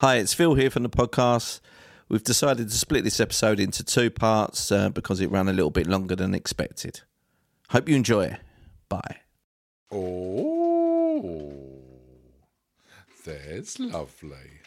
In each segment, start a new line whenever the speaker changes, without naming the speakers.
Hi, it's Phil here from the podcast. We've decided to split this episode into two parts uh, because it ran a little bit longer than expected. Hope you enjoy it. Bye.
Oh, that's lovely.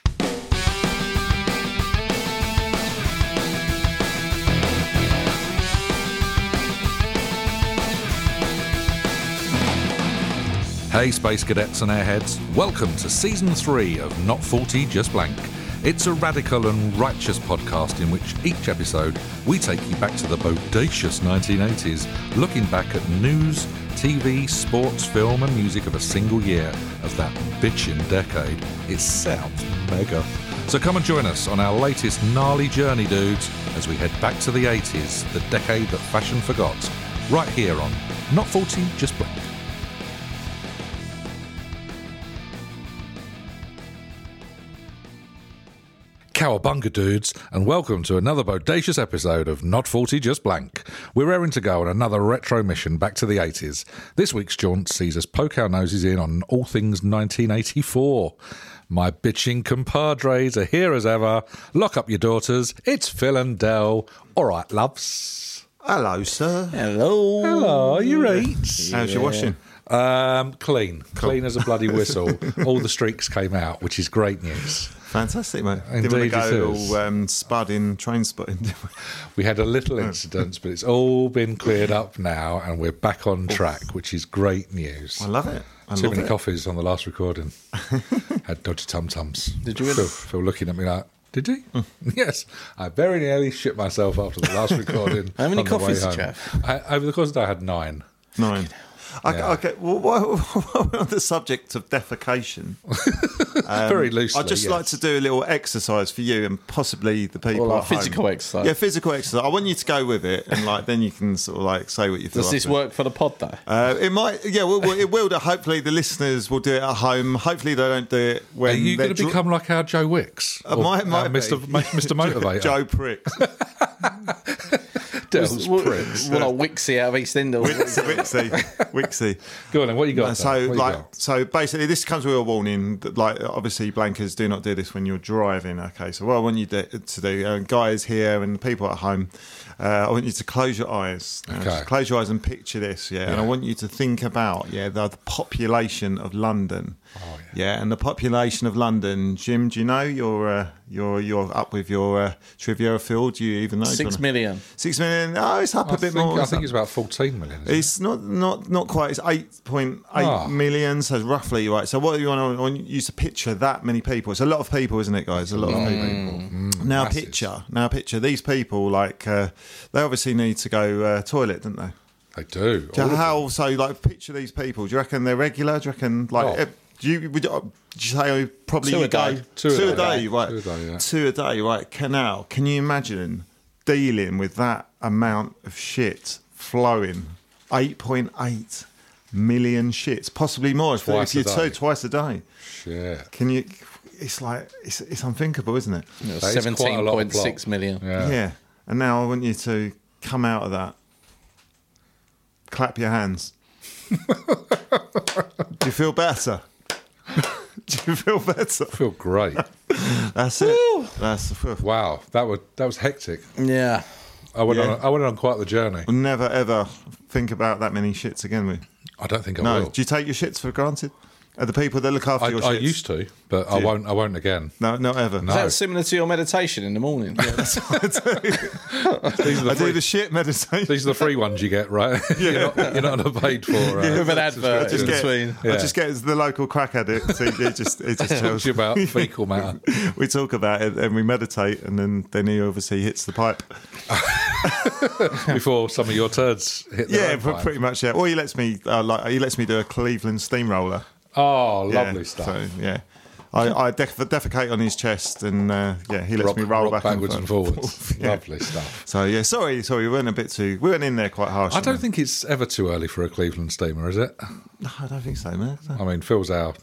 Hey, Space Cadets and Airheads. Welcome to Season 3 of Not 40 Just Blank. It's a radical and righteous podcast in which each episode we take you back to the bodacious 1980s, looking back at news, TV, sports, film, and music of a single year of that bitchin' decade. It sounds mega. So come and join us on our latest gnarly journey, dudes, as we head back to the 80s, the decade that fashion forgot, right here on Not 40 Just Blank. Cowabunga dudes, and welcome to another bodacious episode of Not 40 Just Blank. We're raring to go on another retro mission back to the 80s. This week's jaunt sees us poke our noses in on all things 1984. My bitching compadres are here as ever. Lock up your daughters. It's Phil and Dell. All right, loves.
Hello, sir.
Hello.
Hello, you right?
How's your washing?
Um, clean, clean as a bloody whistle. all the streaks came out, which is great news.
Fantastic, mate.
Indeed
Didn't
it
want to go
is.
all um, spud in train spotting, did we?
We had a little
Hmm.
incident, but it's all been cleared up now, and we're back on track, which is great news.
I love it. I
Too
love
many
it.
coffees on the last recording. had dodgy tum tums.
Did you really?
Phil, Phil looking at me like, did you?
Hmm.
Yes, I very nearly shit myself after the last recording.
How many
on the way
coffees did you
home. I, over the course of the day, I had nine.
Nine. Okay, okay. Well, while, while we're on the subject of defecation,
very loosely.
Um, I'd just
yes.
like to do a little exercise for you and possibly the people.
Well, like
at home.
physical exercise.
Yeah, physical exercise. I want you to go with it, and like then you can sort of like say what you feel.
Does this
after.
work for the pod though?
Uh, it might, yeah, well, well, it will. do. Hopefully, the listeners will do it at home. Hopefully, they don't do it when
Are you
they're
going to
dr-
become like our Joe Wicks?
Uh,
Or
might-
our
might be.
Mr. Ma- Mr. Motivator?
Joe Pricks.
Oh, Dell's
well,
pricks.
well, like Wixie out of EastEnders.
Wixie. Wixie.
Go on then, what you got?
Uh,
then?
so
What you
like
got?
so basically this comes with a warning that, like obviously blankers do not do this when you're driving okay so what i want you to, to do uh, guys here and people at home uh, i want you to close your eyes uh,
Okay.
just close your eyes and picture this yeah, and i want you to think about yeah the, the population of london
Oh,
yeah. and the population of london jim do you know you're uh, you're you're up with your uh, trivia field do you even know Do you
Six
wanna-
million.
six million oh it's up a
I
bit
think,
more
I
isn't
think
it?
it's about 14 million. isn't it?
It's not not not quite. It's eight point eight million,
Ah.
so roughly right. So what you want to want you to picture that many people? It's a lot of people, isn't it, guys? A lot of people. now
massive.
picture, now picture these people. Like uh, they obviously need to go uh, toilet, don't they?
They do.
Do
All
you,
of them.
how so? Like picture these people. Do you reckon they're regular? Do you reckon like?
Oh.
eh, do you, would, you- uh, do you say probably
Two
you
a
go-
day.
Two a
two a
day.
day, right?
Two a day, yeah.
Two a day, right? Canal. Can you imagine dealing with that amount of shit flowing? Eight point eight million shits, possibly more. If,
Twice
if you
a
two
day.
twice a day,
Shit.
can you? It's like it's, it's unthinkable, isn't it?
That is quite a
Seventeen
lot of
point six
plot.
million.
Yeah.
yeah. And now I want you to come out of that. Clap your hands. Do you feel better? Do you feel better?
I feel great.
That's it. That's we'll
Wow, that was that was hectic.
Yeah.
I went
Yeah.
on I went on quite the journey.
never ever think about that many shits again. We
I don't think I
no.
will.
Do you take your shits for granted? Are the people that look after
I,
your
I
shits?
used to, but I
you?
won't. I won't again.
No, not ever.
No.
Is that similar to your meditation in the morning?
These are the
I do
free,
the shit meditation.
these are the free ones you get, right? you're, not, you're not on a paid for. Uh,
With an advert in
just get,
between.
I just get the local crack addict. He, he just, he just
talks
tells
uh, to you about fecal matter.
we talk about it and we meditate, and then then he obviously hits the pipe.
before some of your turds hit. their
Yeah,
own
pr-
pipe.
pretty much. Yeah. Or he lets me uh, like he lets me do a Cleveland steamroller.
Oh,
Yeah,
lovely stuff.
So yeah. I, I def- defecate on his chest, and uh, yeah, he lets
Rob-
me roll
rob
back and
backwards and
forth.
forwards. Lovely stuff.
So yeah, sorry, sorry, we went a bit too, we went in there quite harsh.
I don't think it's ever too early for a Cleveland steamer, is it? Oh,
no, I don't think so, man.
I mean, Phil's our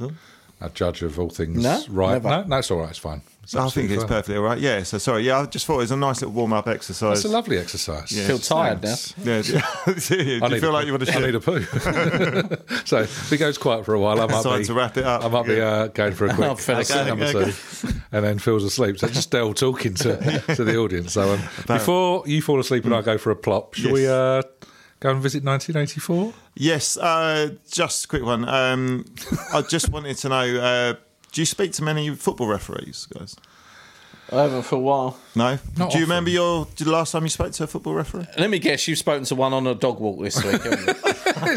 a judge of all things
No,
right.
never.
No, no, it's all right. It's fine. It's
I think
absolutely
it's
fine.
perfectly all right. Yeah. So sorry. Yeah, I just thought it was a nice little warm up exercise.
It's a lovely exercise.
I feel tired now.
Thanks.
yeah, do
I
you
need a
feel like
poo.
you want to
I need
shit?
a poo. so if he goes quiet for a while, I might
Time
be
to wrap it up.
I might be
Yeah.
uh, going for a quick
I fell asleep.
number two, and then Phil's asleep. So just Dell talking to to the audience. So um, before you fall asleep and I go for a plop, shall we
Mm. Yes.
uh, go and visit 1984?
Yes. Uh, just a quick one. Um, I just wanted to know. Uh, do you speak to many football referees, guys?
I haven't for a while.
No.
Not
do you
often.
remember your the last time you spoke to a football referee?
Let me guess, you've spoken to one on a dog walk this week, haven't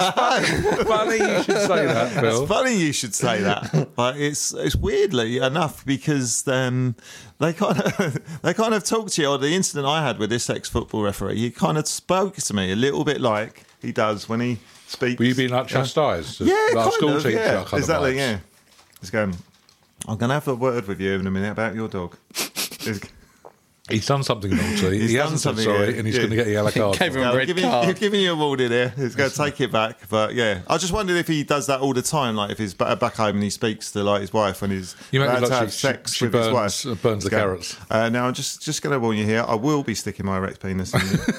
you?
Funny you should say that, Phil.
Funny you should say that. But it's it's weirdly enough because um, they kind of they kind of talk to you. Or the incident I had with this ex football referee, he kind of spoke to me a little bit like he does when he speaks.
Were you being like chastised?
yeah,
like
kind
school
of,
teacher
yeah,
kind
exactly.
of vibes?
yeah, he's going. I'm going to have a word with you in a minute about your dog. He's-
He's done something naughty.
He's
he
done
hasn't said
something,
sorry,
yeah.
and he's
Yeah.
going to get a yellow card.
Gave him
No,
a
I'm
red
giving,
card.
I'm giving you a warning here. He's going to take it back, but yeah, I just wondered if he does that all the time. Like if he's ba- back home and he speaks to like his wife and he's
You make me
allowed
look
to
like
have
she-
sex
she
with
burns-
his
uh,
wife.
burns the
He's going,
carrots.
Uh, now I'm just just going to warn you here. I will be sticking my erect penis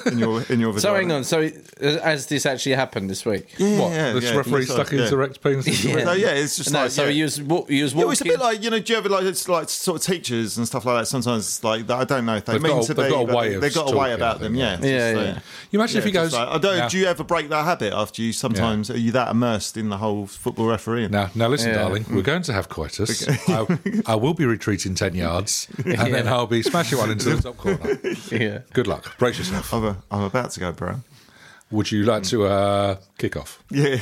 in, in your in your vagina.
So hang on. So uh, has this actually happened this week?
Yeah,
What?
yeah,
this
yeah,
referee
yeah,
stuck
yeah.
his erect penis. into it?
No, yeah, it's just
no.
like,
so
yeah.
you was wa- you was
It
walking.
was a bit like you know, do you ever like it's like sort of teachers and stuff like that? Sometimes it's like that. I don't know if they
They've
mean
got a-
to
they've
be.
got a
but
way of
they've got a way
talking, I
about
think,
them. Yeah,
yeah.
It's
Yeah,
just
yeah.
You imagine if he
just
goes,
like- I don't.
"Nah."
Do you ever break that habit after you? Sometimes are you that immersed in the whole football refereeing?
Now, now listen,
Yeah.
darling, we're going to have coitus. I, I will be retreating 10 yards and then
Yeah.
I'll be smashing one into the top corner.
yeah.
Good luck. Brace yourself.
I'm, a, I'm about to go, bro.
Would you like to uh, kick off?
Yeah,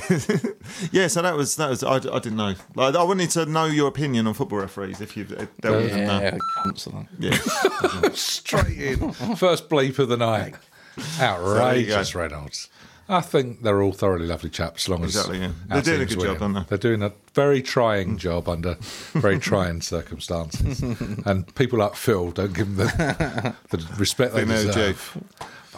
yeah. So that was that was. I, I didn't know. Like, I wanted to know your opinion on football referees if you dealt with them. now.
Yeah. cunts and that.
Yeah.
Straight in. First bleep of the night.
So there
Outrageous,
you go.
Reynolds. I think they're all thoroughly lovely chaps, as long as
Exactly, yeah.
our
They're doing a
team's
good job,
winning.
aren't Mm.
They're doing a very trying job under very trying circumstances, and people like Phil don't give them the, the respect they
They know,
deserve.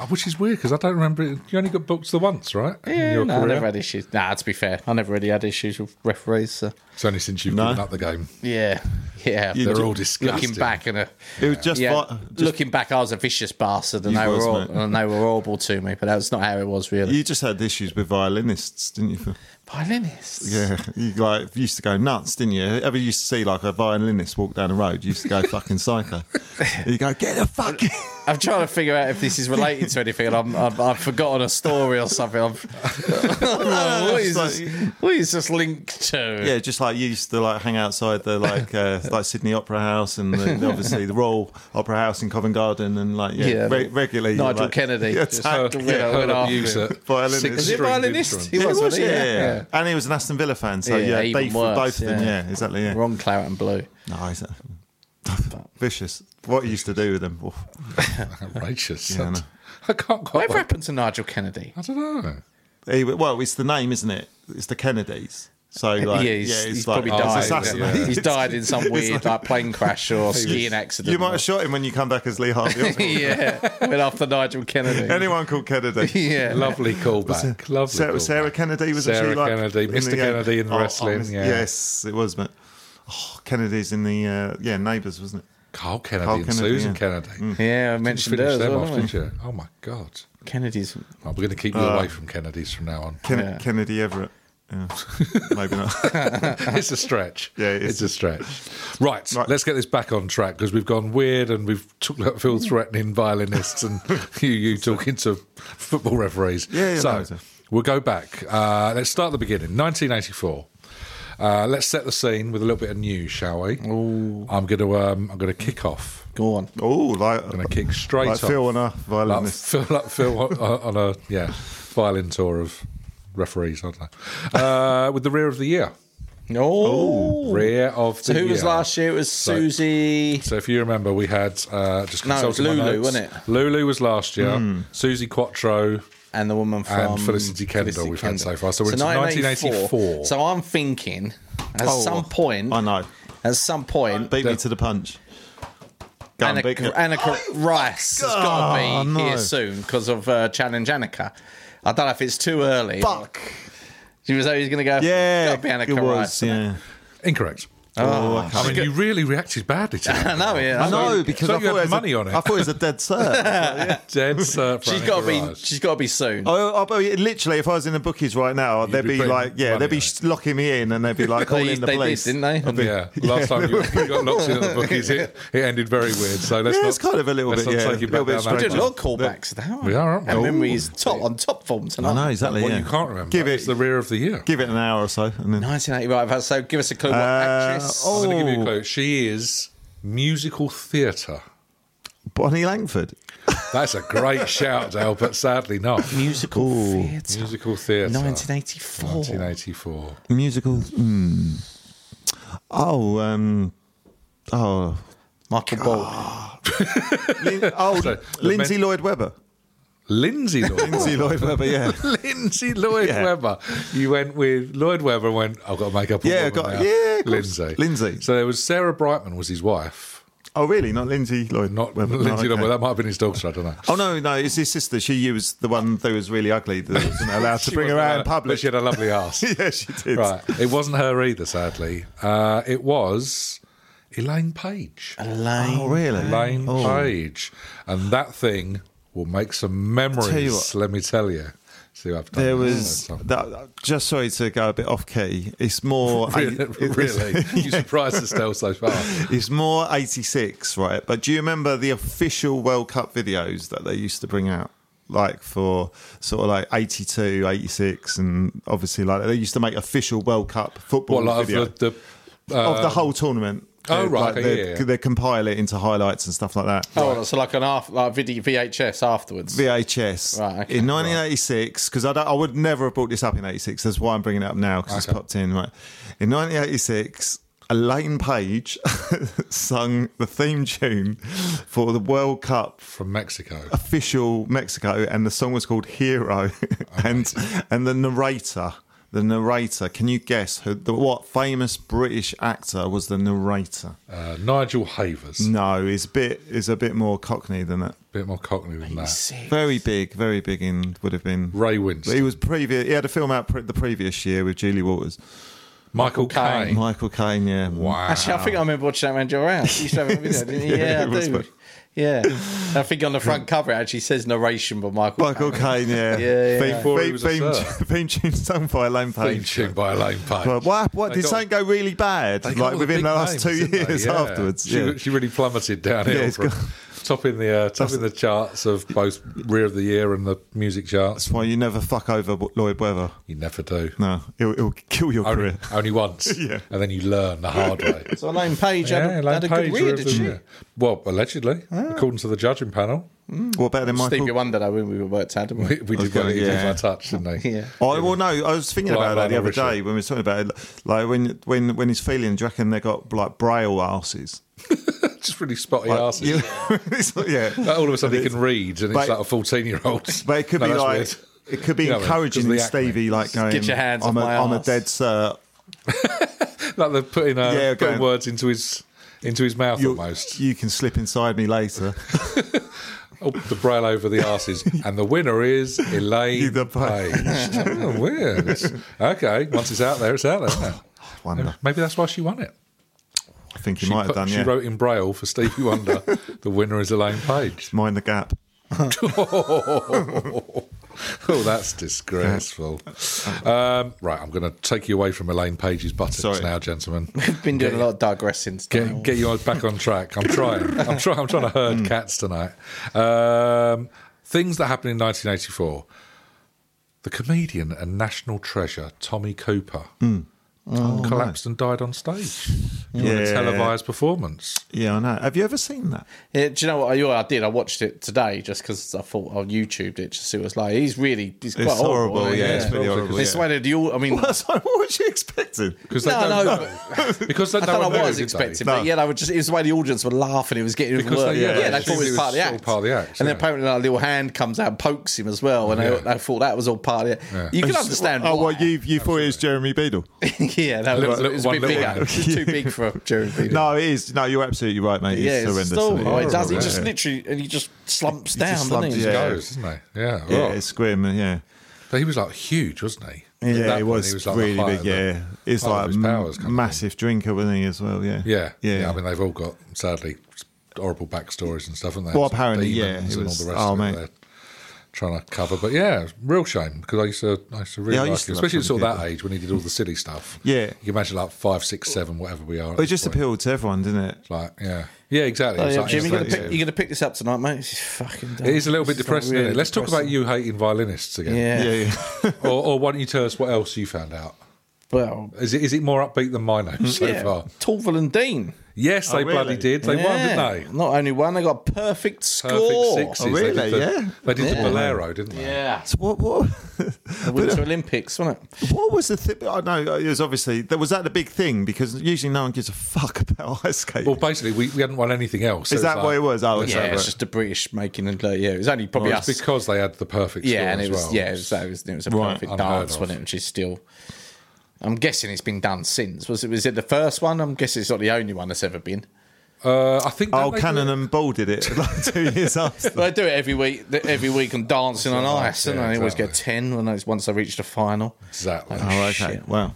Oh, Which is weird because I don't remember. it- You only got booked the once, right? in
Yeah,
your
no, I
career?
never had issues. Nah, to be fair, I never really had issues with referees. So.
It's only since you've
No.
given up the game.
Yeah, yeah.
You
They're
ju-
all disgusting.
Looking back and a,
It was just
yeah,
like- just-
looking back, I was a vicious bastard, and
You
they
was,
were all,
mate.
and they were horrible to me. But that's not how it was really.
You just had issues with violinists, didn't you?
Violinists.
Yeah, you like used to go nuts, didn't you? Ever used to see like a violinist walk down the road? You used to go fucking psycho. You go get the fuck.
I'm trying to figure out if this is related to anything, and I'm, I'm, I've forgotten a story or something. I'm, what, is
it's
this,
like-
what is this linked to?
Ah, yeah, just like you used to like hang outside the like uh, like Sydney Opera House and the, obviously the Royal Opera House in Covent Garden and like yeah,
Yeah.
re- regularly you're,
Nigel
like,
Kennedy.
you're
Just
attacked.
heard-
yeah.
I went
heard
after
abuse
him.
at
Violinist.
six
Was it
stringed
violinist?
instrument.
He
Yeah,
was,
he was,
wasn't he?
yeah,
Yeah,
yeah.
yeah.
And he was an Aston Villa fan, so
Yeah,
yeah,
even
beef for
worse,
both of them.
yeah.
Yeah, exactly. Yeah,
Ron Claret and Blue.
no, he's a- vicious. What he used to do with them. Oof.
Outrageous.
Yeah, I know.
I can't quite.
Whatever happened to Nigel Kennedy?
I don't know.
He, well, it's the name, isn't it? It's the Kennedys. So like,
Uh, yeah, he's,
yeah, it's
he's
like,
probably
oh, it's
died.
assassinated.
He's died in some weird like plane crash or skiing accident.
You might have shot him when you come back as Lee Harvey. Oswald.
yeah, went after Nigel Kennedy.
Anyone called Kennedy.
yeah,
Lovely callback. Lovely.
Sarah,
callback.
Sarah Kennedy was
Sarah
she like
Kennedy,
in
Mr.
the, uh,
Kennedy in
oh, oh,
wrestling.
Mr.
yeah.
Yes, it was, but oh, Kennedy's in the uh, yeah neighbours, wasn't it?
Carl Kennedy
Carl
and
Kennedy,
Susan
yeah. Mm.
Kennedy.
yeah. I
Didn't
mentioned her
finish
as
them
well,
off,
didn't
did you? Oh my god!
I? Kennedy's.
Right, we're going to keep
Uh,
you away from Kennedy's from now on.
Ken-
Yeah.
Kennedy Everett. Yeah. Maybe not.
it's a stretch.
Yeah, it is.
it's a stretch. Right,
Right.
let's get this back on track because we've gone weird and we've talked about
Mm.
Phil threatening violinists and you, you talking to football referees.
Yeah, yeah,
so
no, it's a-
we'll go back. Uh, let's start at the beginning. 1984. Uh, let's set the scene with a little bit of news, shall we? I'm going to um, I'm going to kick off.
Go on.
Oh, like,
I'm going to kick straight
like
off.
Phil on a
like
violinist.
Phil, like Phil on, on a yeah violin tour of referees, aren't they? Uh, with the rear of the year,
Oh,
rear of
so
the
who was
year.
last year? It was Susie.
So if you remember, we had uh, just
No, it was
consulting my
Lulu,
notes.
wasn't it?
Lulu was last year. Susie Quattro.
and the woman from
And Felicity Kendall we've had so far. So we're into 1984.
So I'm thinking, at
Oh,
some point,
I know.
at some point,
Beat me to the punch. Go on,
Annika,
beat me.
Annika Rice has got to be
Oh, no.
here soon because of uh, Challenge Annika. I don't know if it's too early.
Fuck.
She was always going to go.
Yeah,
gotta be Annika
it was.
Rice.
yeah.
Incorrect.
Oh, I
I
can't.
mean, you really reacted badly to that.
I know, yeah.
I know because
so
I
you
thought
had
it was
money
a,
on it.
I thought it was a dead cert.
Dead cert. for
She's
Annika
got to be.
Raj.
She's got to be soon.
Oh, I, I, literally, if I was in the bookies right now, they'd
be
be,
putting
like, yeah,
money
they'd be
on it.
locking me in, and they'd be like
they
calling the
they
police.
did, didn't they?
Yeah, last time you, you got locked in at the bookies, it, it ended very weird. So let's
Yeah,
not,
it's kind of a little
let's
bit,
not
yeah,
take you
little
back
bit
down that
strange.
Good
road.
Well,
Lord, callbacks now.
We are, aren't we?
Our
Ooh.
memories top on top form tonight.
Oh, I know exactly.
Well,
yeah.
you can't remember.
Give it-
It's the rear of the year.
Give it an hour or so, and then
1985. So give us a clue. What
Uh,
actress?
oh.
I'm going to give you a clue. She is musical theatre.
Bonnie Langford.
That's a great shout, Dale, but sadly not.
Musical theatre.
Musical theatre.
1984.
1984.
musical. Hmm. Oh, um, oh,
Michael Ball.
Lin- oh,
So,
Lindsay Lloyd Webber.
Lindsay Lloyd.
Lindsay Lloyd Webber, yeah,
Lindsay Lloyd
Yeah.
Webber. You went with Lloyd Webber and went, I've got to make up a
Yeah,
woman
got-
now.
yeah, of course.
Lindsay.
Lindsay.
So there was Sarah Brightman was his wife.
Oh, really? Not Lindsay Lloyd.
Not
Webber. no,
Lindsay Lloyd
okay.
Webber. That might have been his daughter, I don't know.
Oh no, no, it's his sister. She was the one that was really ugly that wasn't allowed to
She
bring her
wasn't
out
there,
in public.
But she had a lovely ass.
yeah, she did.
right. It wasn't her either, sadly. Uh, it was Elaine Page.
Elaine.
Oh, really?
Elaine Page. And that thing will make some
tell you
memories,
what.
let me tell you. See, I've done
There
that.
was
That's something.
that, just sorry to go a bit off key. It's more
Really?
it-
really? you surprised us still so far.
It's more 86, right? But do you remember the official World Cup videos that they used to bring out? Like for sort of like 82, 86, and obviously like they used to make official World Cup
What,
football
like
video
of the. the uh,
of the whole tournament.
Oh,
They'd,
right,
like,
okay,
they'd-
yeah, yeah.
They compile it into highlights and stuff like that.
Oh, so like an after, like video, VHS afterwards.
VHS
Right, okay.
in 1986 because I, don't- I would never have brought this up in 86. That's why I'm bringing it up now because it's popped in. Right in 1986, Elaine Page sung the theme tune for the World Cup
from Mexico.
official Mexico, and the song was called Hero, and and the narrator. The narrator. Can you guess who, the, what famous British actor was the narrator?
Uh, Nigel Havers.
No, he's a bit is a bit more Cockney than that.
bit more cockney than that.
Sick.
Very big, very big. In would have been
Ray
But he
Winston.
was previous. He had a film out pre- the previous year with Julie Waters,
Michael
Caine.
Caine.
Michael Caine. Yeah,
Wow.
Actually, I think I remember watching that around your house. You used to have a video, didn't you?
Yeah,
Yeah,
it
I
was
do.
fun.
Yeah. And I think on the front cover it actually says narration by Michael.
Michael Caine. Yeah,
Yeah, yeah.
Theme,
Before he
theme,
was a
theme,
sir.
theme tune sung by Elaine
Theme
Page.
tuned by Elaine Page.
But What? What
They
did
got-
something go really bad?
They got all
Like
the
within
big
the last two
names, didn't they?
years
Yeah.
afterwards.
She,
yeah.
she really plummeted downhill
Yeah, it's
from
got-
topping the uh, topping the charts of both rear of the year and the music charts.
That's why you never fuck over Lloyd Webber.
You never do.
No, it'll, it'll kill your
Only,
career.
only once,
Yeah.
and then you learn the hard way.
So Elaine Page had, a-
Elaine
had a
Page,
good rear,
rear of
did
the
she?
year. Well, allegedly,
Ah.
according to the judging panel,
Well, better than Michael.
Stevie Wonder, though, when we were worked out, didn't
we,
we?
we did
gonna-
get it yeah.
yeah.
my touch, didn't we?
Yeah.
I well, no, I was thinking
Like
about that the
Lionel
other
Richie.
day when we were talking about it. Like when when when he's feeling, do you reckon they got like braille asses?
Just really spotty
Like,
asses.
you- it's like- yeah.
Like, all of a sudden, he can read, and it's
But-
like a fourteen-year-old.
But it could be like it could be
You know,
encouraging
'cause of the acne.
Stevie, like going,
your hands
"I'm
off
a,
my
am a
arse."
dead sir."
like they're putting, uh,
Yeah,
putting
going-
words into his into his mouth
You
almost.
you can slip inside me later.
Oh, the braille over the asses, and the winner is Elaine
The
Page. oh, weird. Okay, once it's out there, it's out there. Isn't it?
Wonder.
Maybe that's why she won it.
I think he
She,
might
put-
have done.
she
Yeah.
wrote in braille for Stevie Wonder. the winner is Elaine Page.
Mind the gap.
Oh, that's disgraceful. Um, right, I'm going to take you away from Elaine Page's buttocks
Sorry.
now, gentlemen.
We've been doing a lot of digressing. tonight.
Get, get you back on track. I'm trying. I'm trying. I'm trying to herd
Mm.
cats tonight. Um, things that happened in 1984. The comedian and national treasure Tommy Cooper
Mm.
collapsed and died on stage during a
Oh, Yeah.
televised performance.
Yeah, I know. Have you ever seen that?
Yeah, do you know what? I, I did. I watched it today just because I thought I YouTubed it to see what it's like. He's really, he's quite
It's horrible.
isn't
yeah,
he?
it's pretty
oh, Yeah.
horrible.
It's
yeah.
the way that the all. I mean,
That's like, what was you expecting?
Because they
no,
don't
no.
know. Because they
I don't know
one
what I
knew,
was
did they?
expecting, but yeah, they were just, it was the way the audience were laughing. It was getting even
Because
worse.
they- yeah,
yeah,
they
they thought it was
assumed
part of the
it was
act.
all part of the act,
and then
yeah.
apparently like, a little hand comes out and pokes him as well, and
Yeah.
they, they thought that was all part of it. You can understand
Oh,
why.
well, you you thought it was Jeremy Beadle.
yeah, no,
Little-
it was, it was a
one
bit
little
bigger.
hand.
It was too big for Jerry Beadle.
No, it is. No, you're absolutely right, mate. It's
yeah, it's
horrendous.
still,
isn't
oh,
it?
it does. It
horrible,
just
yeah.
literally, and he just slumps
just
down, doesn't
slumps,
he? Oh,
yeah.
Goes, isn't they? Yeah.
Yeah,
right.
it's grim. Yeah.
But he was like huge, wasn't he? that
Yeah, he
point,
was,
he was, like, the
really
height
big.
of the-
Yeah, he's
height of
like
his powers kind
a
of
massive drinker, wasn't he as well? Yeah,
Yeah,
yeah.
I mean, they've all got sadly horrible backstories and stuff, haven't they?
Well,
It's
apparently, yeah,
demons
it
and
was-
all the rest
oh,
of it
mate.
they're trying to cover. But yeah, it's a real shame because I used to, I used to really
Yeah, I
like
used to
him,
love
especially sort
Tommy
of that age when he did all the silly stuff.
Yeah.
you can imagine like five, six, seven, whatever we are. at
but it
this
just
point.
appealed to everyone, didn't it?
Like, yeah, yeah, exactly.
Oh,
It's
yeah,
like-
Jim,
it's
you're
like-
gonna, pick, you're gonna pick this up tonight, mate. It's fucking. Dumb.
it is a little bit
It's
depressing.
really
isn't it? Let's talk about
depressing.
you hating violinists again.
Yeah.
Yeah, yeah.
or, or why don't you tell us what else you found out?
Well,
Is it is it more upbeat than mine though, so
yeah.
far?
Torval and Dean.
Yes, they
really?
bloody did. They won,
Yeah.
didn't they?
Not only one, they got perfect
Perfect
score.
sixes.
Oh,
They did
really?
the,
Yeah.
They did the
Yeah.
bolero, didn't they?
Yeah,
So what what
the
uh,
Winter Olympics, wasn't it?
uh, what was the thing? I know uh, it was obviously that was that the big thing because usually no one gives a fuck about ice skating.
Well, basically, we, we hadn't won anything else.
Is
it's
that
like-
what it was? Oh,
Let's
Yeah,
have
okay.
a-
it's just the British making and like, yeah, it was only probably
Well,
us.
it's because they had the perfect score
yeah, and
as
it was
well.
yeah, it was, it was it was a
Right,
perfect
unheard
dance,
of.
wasn't it? Which is still, I'm guessing it's been done since. Was it was it the first one? I'm guessing it's not the only one that's ever been.
Uh, I think.
oh,
don't they do
Cannon
it-
and Ball did it like two years after.
But they do it every week. th- Every week on dancing on ice,
yeah,
and they always get
exactly.
ten when those once they reach the final.
Exactly.
Uh,
Oh, okay. Wow.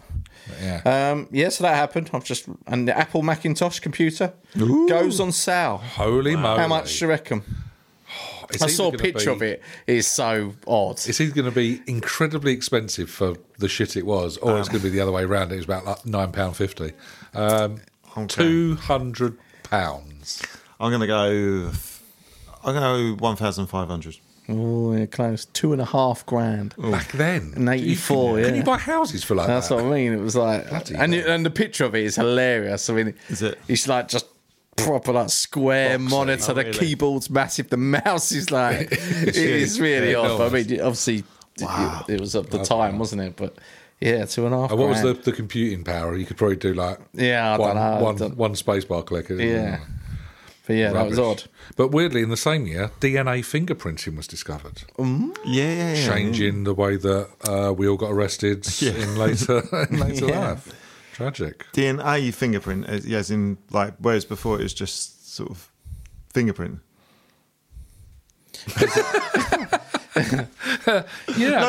yeah.
Um, yeah, so that happened. I've just and the Apple Macintosh computer
Ooh.
goes on sale.
Holy moly!
How much do you reckon?
It's
I
either
saw a
gonna
picture
be-
of it. It's so odd.
It's either going to be incredibly expensive for the shit it was, or
Um.
it's going to be the other way around. It was about like nine pound fifty. Um, Two hundred pounds.
I'm gonna go. I'm gonna go one thousand five hundred.
Oh, yeah, close. Two and a half grand.
Back then,
In 84,
You- Can
yeah.
you buy houses for like
That's
that?
what I mean. It was like,
Bloody
and
hell.
it, and the picture of it is hilarious. I mean,
Is it-
It's like just proper like square monitor.
Oh,
the
really?
keyboard's massive. The mouse is like it is really
Yeah,
off. I
enormous.
mean, obviously, it, it was at the time, wasn't it? But yeah, two and a half.
And Uh, what was the,
grand.
the computing power? You could probably do like
Yeah, I
one,
dunno, I
one,
don't-
one spacebar click. isn't it?
Yeah, but yeah, that was
Hmm. Rubbish.
odd.
But weirdly, in the same year, DNA fingerprinting was discovered,
Yeah, yeah, yeah.
changing the way that uh, we all got arrested in later in later
Yeah.
life. Tragic.
DNA fingerprint, as, as in like whereas before it was just sort of fingerprint.
Yeah,
no,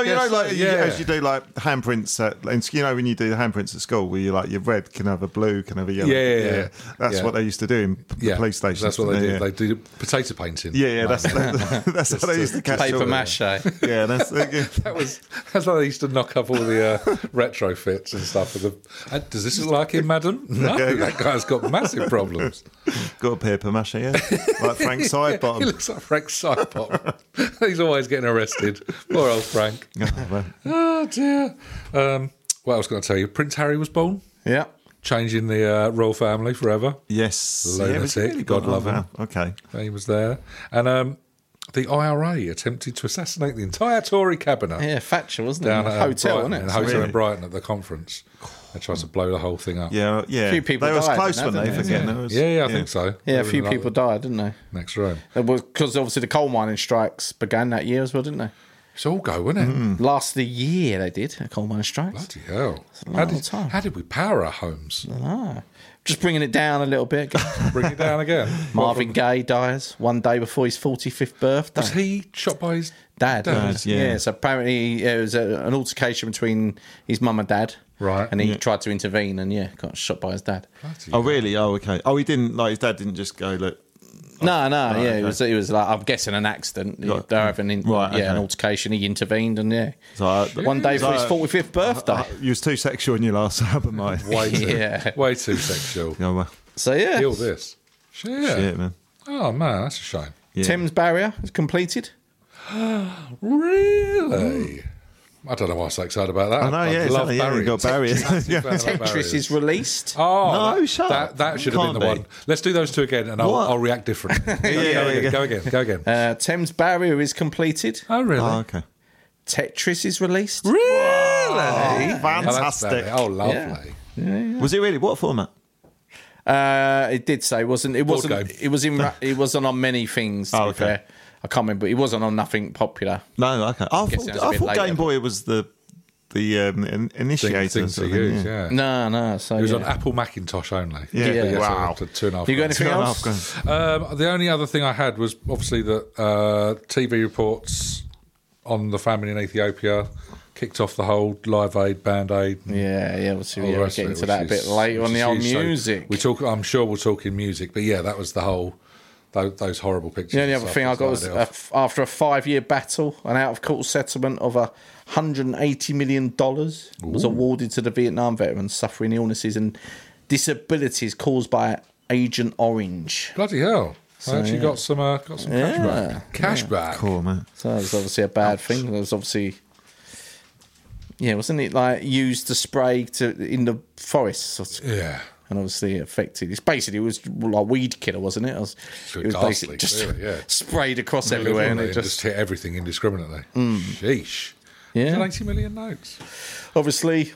you know, like you, as you do like handprints at, and you know when you do the handprints at school, where you like your red can have a blue, can have a yellow.
Yeah, yeah, yeah.
That's
Yeah.
what they used to do in p- the police stations.
That's what they did.
didn't
They do potato painting.
Yeah, yeah, yeah that's that's how they used to catch
Paper
children.
mache.
Yeah, that's
That was that's how they used to knock up all the uh, retrofits and stuff. With the, uh, does this look like him, madam? No, that guy's got massive problems.
got a paper mache, yeah, like Frank Sidebottom.
He looks like Frank Sidebottom. He's always getting arrested. Poor old Frank.
Oh, well.
Oh dear. Um, what else can I tell you? Prince Harry was born,
Yeah.
changing the uh, royal family forever.
Yes,
Lunatic,
Yeah, it's really
God
gone-
love
oh,
him.
wow. Okay,
He was there, and um, the IRA attempted to assassinate the entire Tory cabinet
Yeah, Thatcher wasn't
down
it?
at uh,
Hotel,
Brighton,
wasn't it?
in a hotel
Really?
in Brighton at the conference. They tried to blow the whole thing up.
yeah, yeah.
Few people
they was
died,
close
didn't
when
they?
they forget.
Yeah.
they was-
yeah, yeah, I think so.
Yeah, a
They
few
were in, like,
people died, didn't they?
the Next room.
Because obviously the coal mining strikes began that year as well, didn't they?
It's all go, wasn't it?
Hmm.
Last the year they did a coal miner strikes.
Bloody hell!
long
How did,
time.
how did we power our homes?
Ah, just bringing it down a little bit.
Bring it down again.
Marvin Gaye dies one day before his forty fifth birthday.
Was he shot by his?
dad,
Dad, yeah.
So apparently it was a, an altercation between his mum and dad.
Right.
And he tried to intervene, and yeah, got shot by his dad.
Bloody
Oh, really? Oh, okay. Oh, he didn't. Like his dad didn't just go look.
No, no, yeah,
okay.
it was it was like I'm guessing an accident.
Right.
They're having in,
Right,
yeah an
okay.
altercation. He intervened, and yeah,
So, uh,
one day for his
So-
forty fifth birthday.
Uh, you was too sexual in your last album, mate.
way too,
Yeah.
way too sexual.
Oh, well,
so yeah,
Kill this. Shit.
shit, man.
Oh man, that's a shame.
Yeah.
Thames Barrier is completed.
Really? I don't know why I'm so excited about that.
Hmm. I know, yeah,
I'd
it's
love
only- yeah,
barriers.
you got barriers.
Massive
Yeah.
fan of
Tetris
barriers.
is released.
Oh,
No,
that,
shut
that,
up.
that should have been
Can't
the
be.
one. Let's do those two again, and I'll,
What?
I'll react different. go,
yeah,
again,
yeah.
go again, go again.
Uh, Thames Barrier is completed.
oh, really?
Oh, okay.
Tetris is released.
really? Oh, that's
Fantastic.
lovely. Oh, lovely.
Was it really? What format?
Uh, it did say it wasn't. It
Board
wasn't.
game.
It was in. ra- It wasn't on many things. To
Oh,
be
okay.
fair. I can't remember. It wasn't on nothing popular.
No, okay. I
guessing it
thought,
was a
I
bit
thought
later,
Game
but-
Boy was the the um, in- initiator.
Thing, things to
sort of thing,
use,
yeah.
yeah.
No, no. So
It was
yeah.
on Apple Macintosh only.
Yeah.
But yes,
Wow.
after two and a half
You got
grand.
anything
Two and a
else?
half grand.
Um, the only other thing I had was obviously that uh, TV reports on the famine in Ethiopia kicked off the whole Live Aid, Band Aid, and
Yeah, yeah, we'll see.
all
Yeah,
the
we'll
rest
get
of it,
into that a
which
bit
is-
later on
which
the
is
old
huge. So
music.
we talk. I'm sure we'll talk in music, but yeah, that was the whole. tho- Those horrible pictures.
the only
and
other
stuff
thing I
that
got was
started
a
it off.
f after a five-year battle, an out-of-court settlement of a hundred and eighty million dollars was awarded to the Vietnam veterans suffering illnesses and disabilities caused by Agent Orange.
bloody hell. I actually got some uh, got some cash
Yeah.
back. Cash back.
Cool, man.
So that was obviously a bad thing. That was obviously, yeah, wasn't it like used to spray to in the forests or to
Yeah.
and obviously it affected. It's basically it was like weed killer, wasn't it? It was, it was
ghastly,
basically just
clearly, yeah.
sprayed across everywhere, and it
just,
just Mm.
hit everything indiscriminately. Sheesh.
Yeah.
80 million notes.
obviously.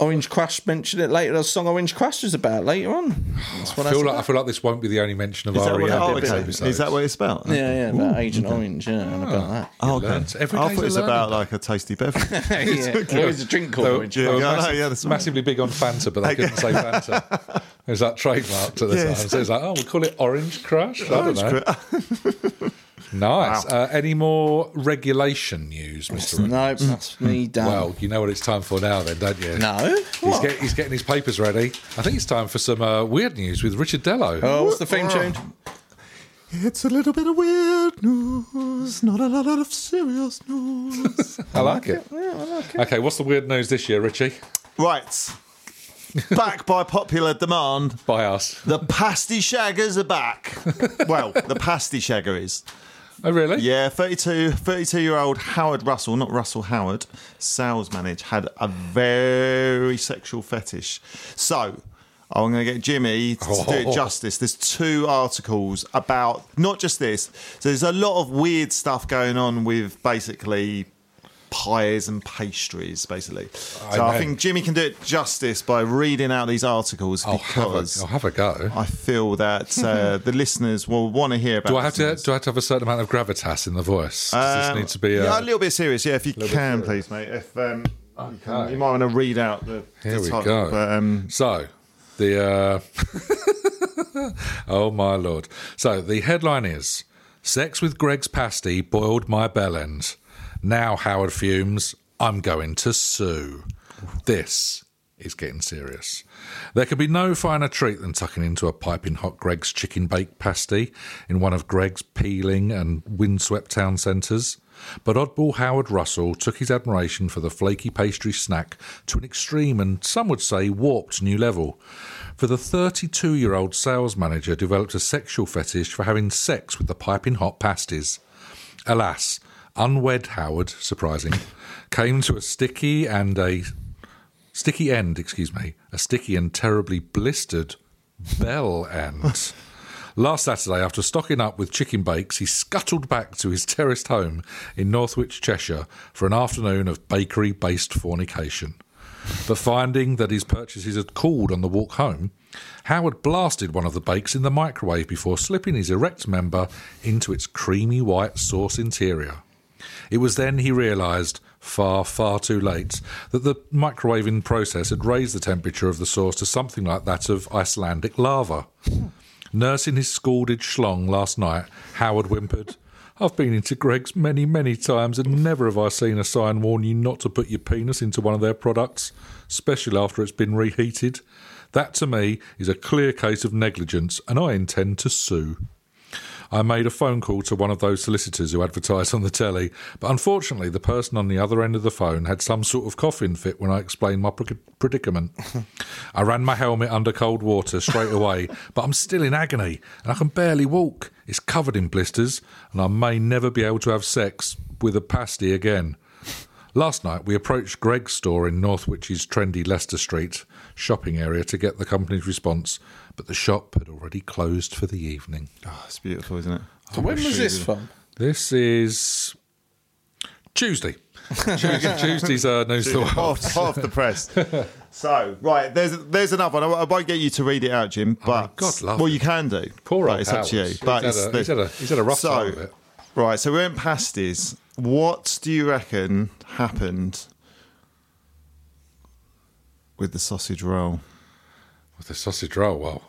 Orange Crush mentioned it later. The song Orange Crush was about later on. That's what
I feel
said.
like I feel like this won't be the only mention of E
Is that,
REM.
what, oh,
in this
okay.
episode.
is that what it's about?
yeah, yeah, about Agent Orange, yeah, and about that.
Oh,
You
okay.
learnt. Every
I
day's a
thought it was
learning
about like a tasty beverage.
yeah, there is a drink called
They were-
Orange.
they were
Yeah, I know,
massive-
yeah, that's right.
massively big on Fanta, but they couldn't say Fanta. It was like trademarked at the
Yes.
time. So it was like, oh, we'll call it Orange Crush. I don't know. nice. Uh, any more regulation news, Mr. Ray?
No, that's me done.
Mm. Well, you know what it's time for now, then, don't you?
no,
He's,
what?
get, he's getting his papers ready. I think it's time for some uh, weird news with Richard Dello.
oh, what's the theme tune?
It's a little bit of weird news, not a lot of serious news.
I like it. Okay, what's the weird news this year, Richie?
right. Back by popular demand,
By us.
the pasty shaggers are back. well, the pasty shagger is.
Oh, really?
Yeah, 32, 32 year old Howard Russell, not Russell Howard, sales manager, had a very sexual fetish. So I'm going to get Jimmy to do
Oh.
it justice. There's two articles about not just this. So there's a lot of weird stuff going on with basically pies and pastries, basically. So
I
I,
know.
think Jimmy can do it justice by reading out these articles
I'll have, a,
because.
I'll have a go.
I feel that uh, the listeners will want to hear about.
Do I have
this
to?
news.
Do I have to have a certain amount of gravitas in the voice? Does
Um,
this need to be? Uh,
yeah, a little bit serious. Yeah, if you
bit
can,
serious.
please, mate. If um, you, can,
Okay.
you might want to read out the.
Here
the
we
title,
go.
But, um,
So the uh, oh my lord. So the headline is: Sex with Greg's pasty boiled my bell end. Now Howard fumes. I'm going to sue. This is getting serious. There could be no finer treat than tucking into a piping hot Greg's chicken baked pasty in one of Greg's peeling and windswept town centres. But oddball Howard Russell took his admiration for the flaky pastry snack to an extreme and some would say warped new level. For the 32 year old sales manager developed a sexual fetish for having sex with the piping hot pasties. Alas, unwed Howard, surprising, came to a sticky and a sticky end, excuse me, a sticky and terribly blistered bell end. Last Saturday, after stocking up with chicken bakes, he scuttled back to his terraced home in Northwich, Cheshire, for an afternoon of bakery based fornication. But finding that his purchases had cooled on the walk home, Howard blasted one of the bakes in the microwave before slipping his erect member into its creamy white sauce interior. It was then he realised, far, far too late, that the microwaving process had raised the temperature of the sauce to something like that of Icelandic lava. Nursing his scalded schlong last night, Howard whimpered, I've been into Greg's many, many times, and never have I seen a sign warn you not to put your penis into one of their products, especially after it's been reheated. That to me is a clear case of negligence, and I intend to sue. I made a phone call to one of those solicitors who advertise on the telly, but unfortunately, the person on the other end of the phone had some sort of coughing fit when I explained my predic- predicament. I ran my helmet under cold water straight away, but I'm still in agony and I can barely walk. It's covered in blisters, and I may never be able to have sex with a pasty again. Last night, we approached Greg's store in Northwich's trendy Leicester Street shopping area to get the company's response, but the shop had already closed for the evening.
oh, it's beautiful, isn't it?
when was this from?
This is Tuesday. Tuesday Tuesday's uh, news to the world.
half, half the press. So right, there's there's another one. I, I won't get you to read it out, Jim. But
Oh, God love
well,
him.
you can do.
Poor
but
old
it's up to
Howard.
you.
He's
But
had
it's
a-
the-
he's had a- he's had a rough
so,
time of it.
Right, so we're in pasties. What do you reckon happened with the sausage roll?
With the sausage roll. Well,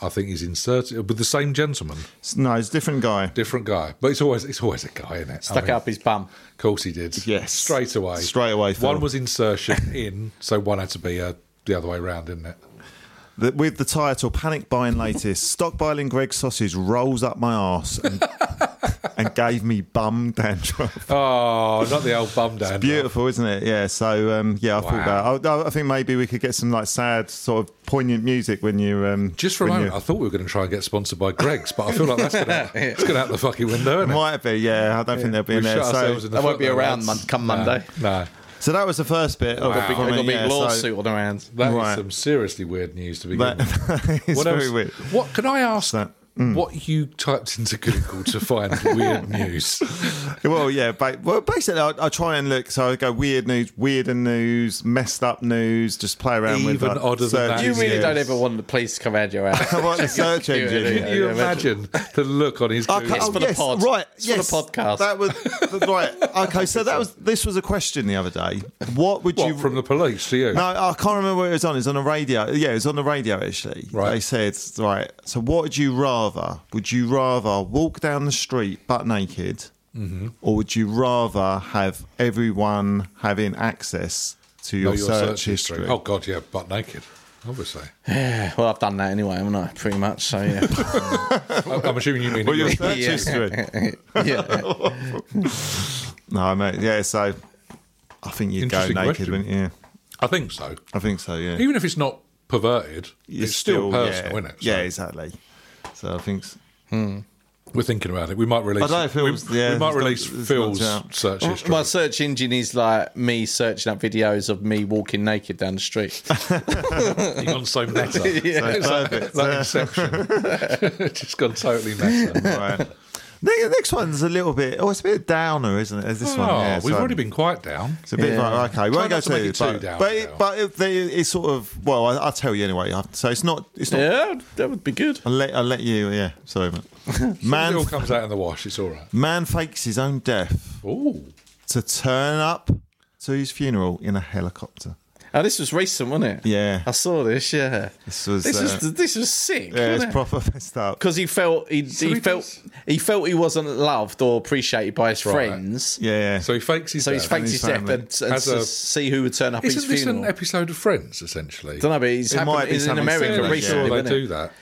I think he's inserted with the same gentleman,
No, it's a different guy.
different guy, but it's always it's always a guy in it. I
Stuck
mean,
up his bum.
Of course he did.
Yes.
straight away.
Straight away, Phil.
One was insertion in, so one had to be uh, the other way around, didn't it?
The, with the title "Panic Buying Latest," stockpiling Greg sausage rolls up my arse and, and gave me bum dandruff.
Oh, not the old bum down.
Beautiful, isn't it? Yeah. So um, yeah, I
Wow.
thought that. I, I think maybe we could get some like sad, sort of poignant music when you um,
Just for a
when
moment, I thought we were going to try and get sponsored by Greg's, but I feel like that's going to it's going out the fucking window.
you-
Isn't it?
Might be, yeah. I don't think they'll be
We've
in there.
shot
So,
ourselves in the
They
foot
won't be
there,
around
lads.
mon- come Monday.
No, no.
so that was the first bit. Of
Wow.
it,
They've got a big
yeah, so-
lawsuit on their hands.
That is
Right.
some seriously weird news to begin
That-
with.
it's
What
very
else?
weird. hmm.
What can I ask?
So,
What you typed into Google to find weird news?
well, yeah. Ba- well, basically, I, I try and look. So I go weird news, weirder news, messed up news. Just play around with
Even
like,
odder than
search
that.
You really
engines.
don't ever want the police to come around your house.
I want the search
Yeah,
engine.
Can you
yeah,
imagine the look on his
Okay, oh,
Google?
It's for the
yes,
pod.
Right,
It's for the
yes,
podcast.
That was right. Okay, so that was this was a question the other day. What would
What,
you
from the police to you?
No, I can't remember where it was on. It was on the radio. Yeah, it was on the radio actually.
Right.
They said, right. So, what would you rather? Would you rather walk down the street butt naked,
Mm-hmm.
or would you rather have everyone having access to your,
Know your
search, history?
Oh God, yeah, butt naked, obviously.
Well, I've done that anyway, haven't I? Pretty much. So yeah,
I- I'm assuming you mean
Well, your
you're-
search
Yeah.
history.
yeah.
No, mate. Yeah, so I think you'd go
Interesting
naked,
question.
wouldn't you?
I think so.
I think so. Yeah.
Even if it's not perverted, it's, still, personal,
yeah,
isn't it? So
Yeah, exactly. So I think s-
we're thinking about it. We might release.
I don't know if it
we,
was- yeah,
we might
it's not-
release
it's not
Phil's
out.
search history.
My search engine is like me searching up videos of me walking naked down the street.
You've gone so meta.
Yeah.
It's like, like Inception. Just gone totally meta.
right. Ne- Next one's a little bit. Oh, it's a bit downer, isn't it? Is this
Oh,
one? Yeah,
we've
so
already been quite down.
It's a bit like okay, we
Try
won't go
not to
too,
make it too
but,
down,
but it,
Dale.
but if they, it's sort of well, I, I'll tell you anyway. I- So it's not. It's not.
yeah, that would be good.
I'll let I'll let you. Yeah, sorry, man.
it all
man,
comes out in the wash. It's all right.
man fakes his own death
Ooh.
to turn up to his funeral in a helicopter.
Oh, this was recent, wasn't it?
Yeah.
I saw this. Yeah,
This was,
this
uh,
was this was sick.
Yeah,
wasn't
it's
it?
proper messed up.
because he felt he, he
he
felt he felt he wasn't loved or appreciated by his
Right.
friends.
Yeah, yeah.
So he fakes his
So he's
death.
faked
his
his death and,
family.
and to
As a-
see who would turn up at his
Isn't this
funeral.
an episode of Friends, essentially?
don't know, but he's
It
happened,
might be
it's in
something
America
similar, yeah.
recently.
Sure,
wasn't
they
it?
do that.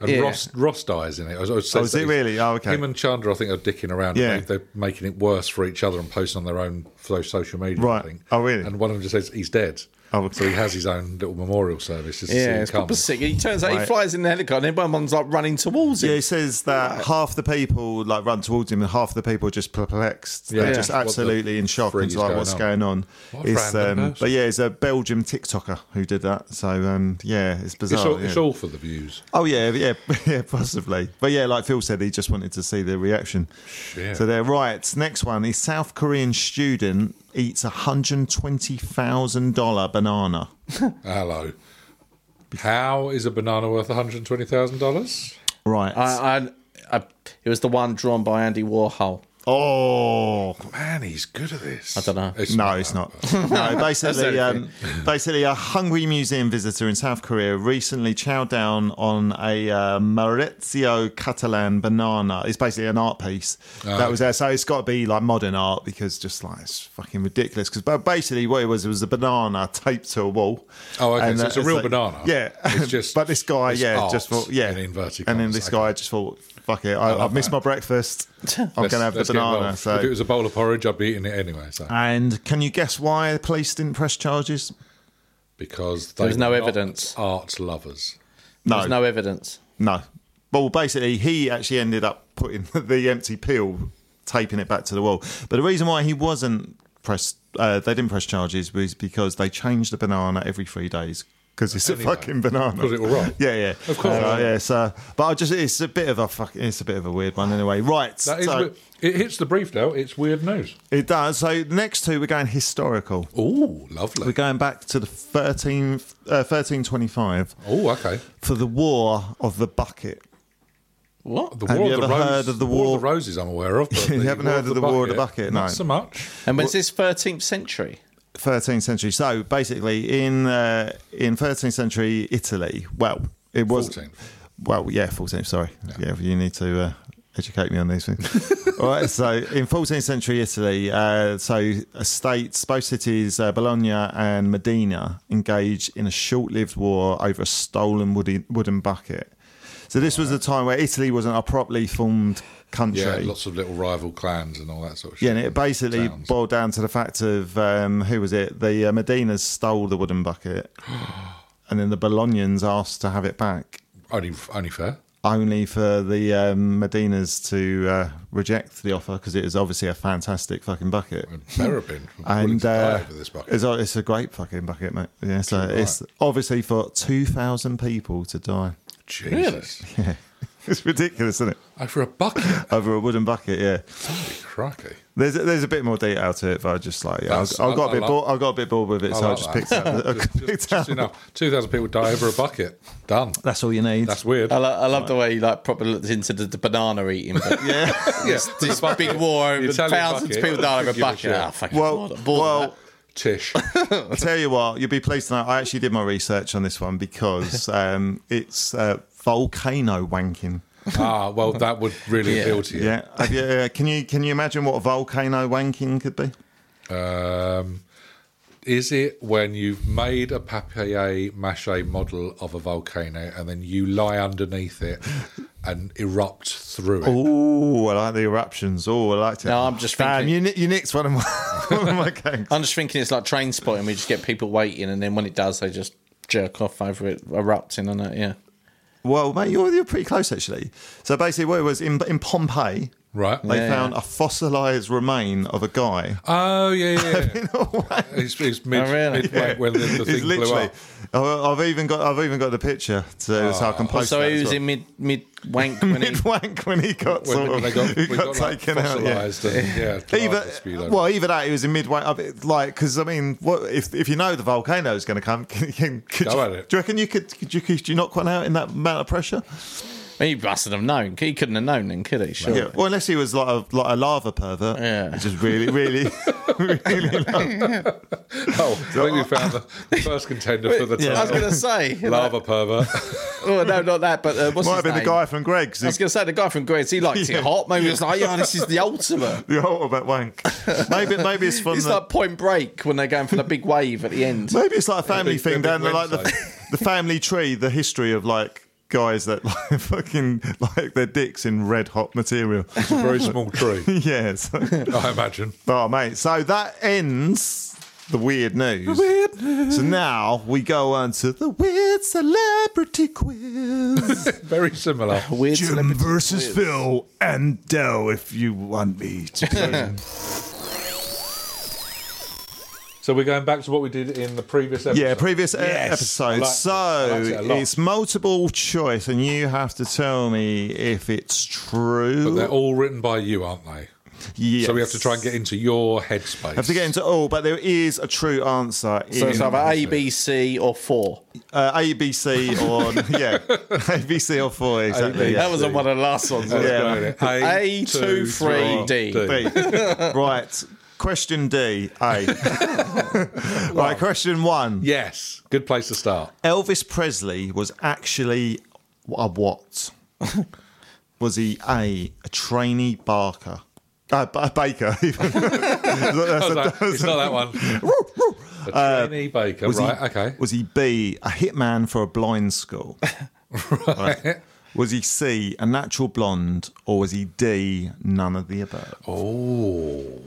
And
Yeah.
Ross Ross dies in it. I was, I was
Oh, is it really? Oh, okay.
Him and Chandra, I think, are dicking around.
Yeah.
They, they're making it worse for each other and posting on their own so- social media.
Right.
I think.
Oh, really?
And one of them just says he's dead.
Oh, okay.
So he has his own little memorial service. Just
Yeah,
yeah, to
it's
see him come.
proper sick. He turns out he
Right.
flies in the helicopter and everyone's like running towards
Yeah,
him.
he says that half the people like run towards him, and half the people are just perplexed.
Yeah.
They're just
What the
absolutely in shock
frig
and
is
like,
going
what's
on?
going on?
What a
It's, um,
random person.
but yeah, it's a Belgium TikToker who did that. So um, yeah, it's bizarre.
It's all,
yeah.
it's all for the views.
Oh yeah, yeah, yeah, possibly. But yeah, like Phil said, he just wanted to see the reaction.
Shit.
So they're right. Next one is South Korean student eats a hundred twenty thousand dollar banana.
Hello. How is a banana worth $120,000?
Right.
I, I, I, it was the one drawn by Andy Warhol.
oh.
Man, he's good at this. I
don't know.
No, it's not. no, basically,
That's
um, basically, a hungry museum visitor in South Korea recently chowed down on a uh, Maurizio Catalan banana. It's basically an art piece
Ah,
that was there. So it's got to be like modern art because just like it's fucking ridiculous. Because but basically, what it was, it was a banana taped to a wall.
Oh, okay, so
uh,
it's a real
like-
banana.
Yeah,
It's just-
but this guy,
it's
yeah,
art
just thought, yeah,
in inverted
and then
commas,
this
okay.
guy just thought, fuck it, I, I've missed my breakfast. I'm gonna have the banana. so Ah.
If it was a bowl of porridge, I'd be eating it anyway. So.
and can you guess why the police didn't press charges?
because they
There's no
were not
evidence.
Art lovers.
No,
There's
no.
no evidence.
Well, basically, he actually ended up putting the empty pill, taping it back to the wall. But the reason why he wasn't pressed, uh, they didn't press charges, was because they changed the banana every three days. Because it's
Anyway,
a fucking banana.
'cause it will rot.
Yeah, yeah,
Of course.
Uh, yeah, so, but I just—it's a bit of a fuck. It's a bit of a weird one, anyway. Right.
That is,
so
wi- it hits the brief now. It's weird news.
it does. So the next two, we're going historical.
Oh,
We're
lovely.
going back to the 13, uh, 1325
Oh, okay.
for the War of the Bucket.
What?
The
Have
War
you
of the
ever
Rose-
heard of the
War
War-
of the Roses? I'm aware of. But
You haven't heard of the War of the Bucket, no.
Not so much.
And was this 13th century?
13th century. So basically, in uh, in 13th century Italy, well, it was
14th.
well, yeah, 14th, sorry. Yeah, you need to uh, educate me on these things. All right, so in 14th century Italy, uh, so estates, both cities, uh, Bologna and Medina, engage in a short lived war over a stolen woody, wooden bucket. So this was a time where Italy wasn't a properly formed country.
Yeah, lots of little rival clans and all that sort of
Yeah,
shit.
and it basically
Towns.
boiled down to the fact of um, who was it? The uh, Medinas stole the wooden bucket, and then the Bolognans asked to have it back,
only, only fair.
only for the um, Medinas to uh, reject the offer because it is obviously a fantastic fucking bucket.
Berabin.
And uh,
over this bucket.
it's, a- it's a great fucking bucket, mate. Yeah, so it's
right.
obviously for two thousand people to die.
Jesus.
It's ridiculous, isn't it?
Over a bucket.
Over a wooden bucket, yeah.
Holy crikey.
There's a, there's a bit more detail to it, but I just like yeah, I, I
That's-
got a
I-
bit
I like-
bored. I got a bit bored with it, so I
like
just
that.
picked out. I
Just,
picked
just, just
out-
enough. 2,000 people die over a bucket. Done.
That's all you need.
That's weird.
I,
Oh,
lo- I love the way you like properly looked into the, the banana eating. But
yeah.
Yes,
this big war over
Italian
thousands of
bucket.
people dying over
Give a
bucket.
shit.
Ah, fucking
Well,
bored- bored of
well,
Tish.
I'll tell you what. You'll be pleased to know I actually did my research on this one because um, it's uh, volcano wanking.
ah, well, that would really appeal to you.
Yeah. Have you, uh, can you can you imagine what a volcano wanking could be?
Um, is it when you've made a papier mâché model of a volcano and then you lie underneath it and erupt through it?
Oh, I like the eruptions. Oh, I liked it.
No, I'm just
Damn,
thinking-
you ni- you nicked one of my one of my games.
that. I'm just thinking it's like train spotting. We just get people waiting, and then when it does, they just jerk off over it, erupting and that. Yeah.
Well, mate, you're, you're pretty close actually. So basically, what it was in in Pompeii,
Right.
They
Yeah,
found a fossilized remain of a guy.
Oh yeah, yeah. yeah. it's it's mid,
Oh, really?
midway when the, the
It's
thing blew
literally.
up.
I- I've even got. I've even got the picture to so I can post.
So
that
he
as
was
well.
in mid mid wank when he
mid wank when he got
When,
sort
when
of,
they got,
he
we
got,
got, like,
taken out. Yeah.
fossilised and yeah, glasses spewed
Either,
over.
well, either that he was in midway. of it, Like, because I mean, what if if you know the volcano is going to come? Can, can, could
Go
you,
at it.
Do you reckon you could? Could you, could you knock one out in that amount of pressure?
he mustn't have known. He couldn't have known then, could he? Sure.
Yeah. Well, unless he was like a like a lava pervert.
Yeah.
Which is really, really, really.
oh, I think we found the, the first contender for the
Yeah.
title.
I was going to say
lava pervert.
Oh no, not that. But uh, what's his
Might have been the
name?
guy from Greg's.
I was going to say the guy from Greece. He liked
Yeah.
it hot. Maybe he was like, "Yeah, this is the ultimate."
The ultimate wank. Maybe maybe it's from
It's
the,
like Point Break when they're going for the big wave at the end.
maybe it's like a family
big-
thing
the
down
big
there, like the,
website.
the family tree, the history of like guys that like fucking like their dicks in red hot material.
It's a very small tree,
yes.
I imagine.
oh mate, so that ends the weird news. So now we go on to the weird celebrity quiz.
Very similar.
Weird
Jim versus Phil and Dell, if you want me to. play.
So we're going back to what we did in the previous episode.
Yeah, previous e-
I
episode.
liked it. I liked it a
So
lot.
it's multiple choice, and you have to tell me if it's true.
They're all written by you, aren't they?
Yes.
So we have to try and get into your headspace.
Have to get into all, but there is a true answer.
So
in,
it's either A, B, C, or four.
uh, A, B, C, or yeah, A, B, C, or four. Exactly.
That was on one of the last ones. wasn't it?
Yeah.
A, two, three, D.
B. right. Question D. A. right. Question one.
Yes, good place to start.
Elvis Presley was actually a what? was he a a trainee barker? Uh, ba- baker. even.
I was like, Oh, it's not that one. A trainee baker,
Uh, Was he-
right? okay.
Was he B a hitman for a blind school? Right. Was he C a natural blonde, or was he D none of the above?
Oh,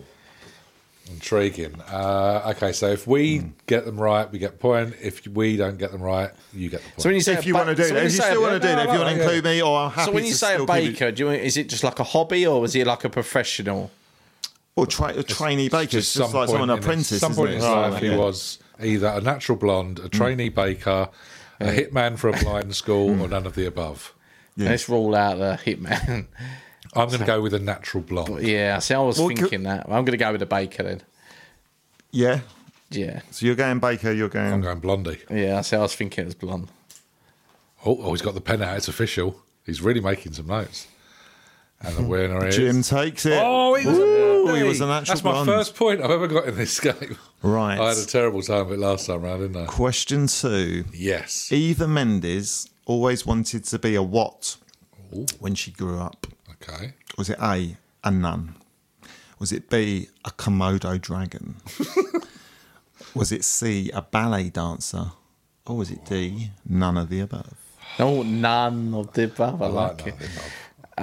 intriguing. Uh, okay, so if we
Hmm.
get them right, we get point. If we don't get them right, you get the point.
So when you say
If you
ba-
want to do
so
that,
when
if you
say
still
a-
want to do that, if you want to
yeah.
include me, or I'm happy
So when you
to
say a
still give you-
baker, do you, is it just like a hobby or is he like a professional?
or tra- a trainee baker, it's just like someone
point in his-
apprentice,
Some
isn't
point in
it?
his
Right, Hmm.
life, he
yeah.
was either a natural blonde, a trainee baker, a hitman from blind school,
Hmm.
or none of the above.
Let's rule out the hitman.
I'm going to go with a natural blonde.
yeah, see, I was
Well,
thinking that. I'm going to go with the baker then.
Yeah.
Yeah,
So you're going baker, you're going.
I'm going blondie.
yeah, see, I was thinking it was blonde.
Oh, oh, he's got the pen out. It's official. He's really making some notes. And the winner is
Hmm. Jim takes it.
Oh, he was,
Ooh,
a
he was an
blondie.
actual
That's my
blonde.
first point I've ever got in this game.
Right.
I had a terrible time of it last time round, didn't I?
Question two:
Yes.
Eva Mendes always wanted to be a what when she grew up?
Okay.
Was it A, a nun? Was it B, a Komodo dragon? was it C, a ballet dancer? Or was it D, none of the above?
No, none of the above. I,
I
like,
like
it.
that.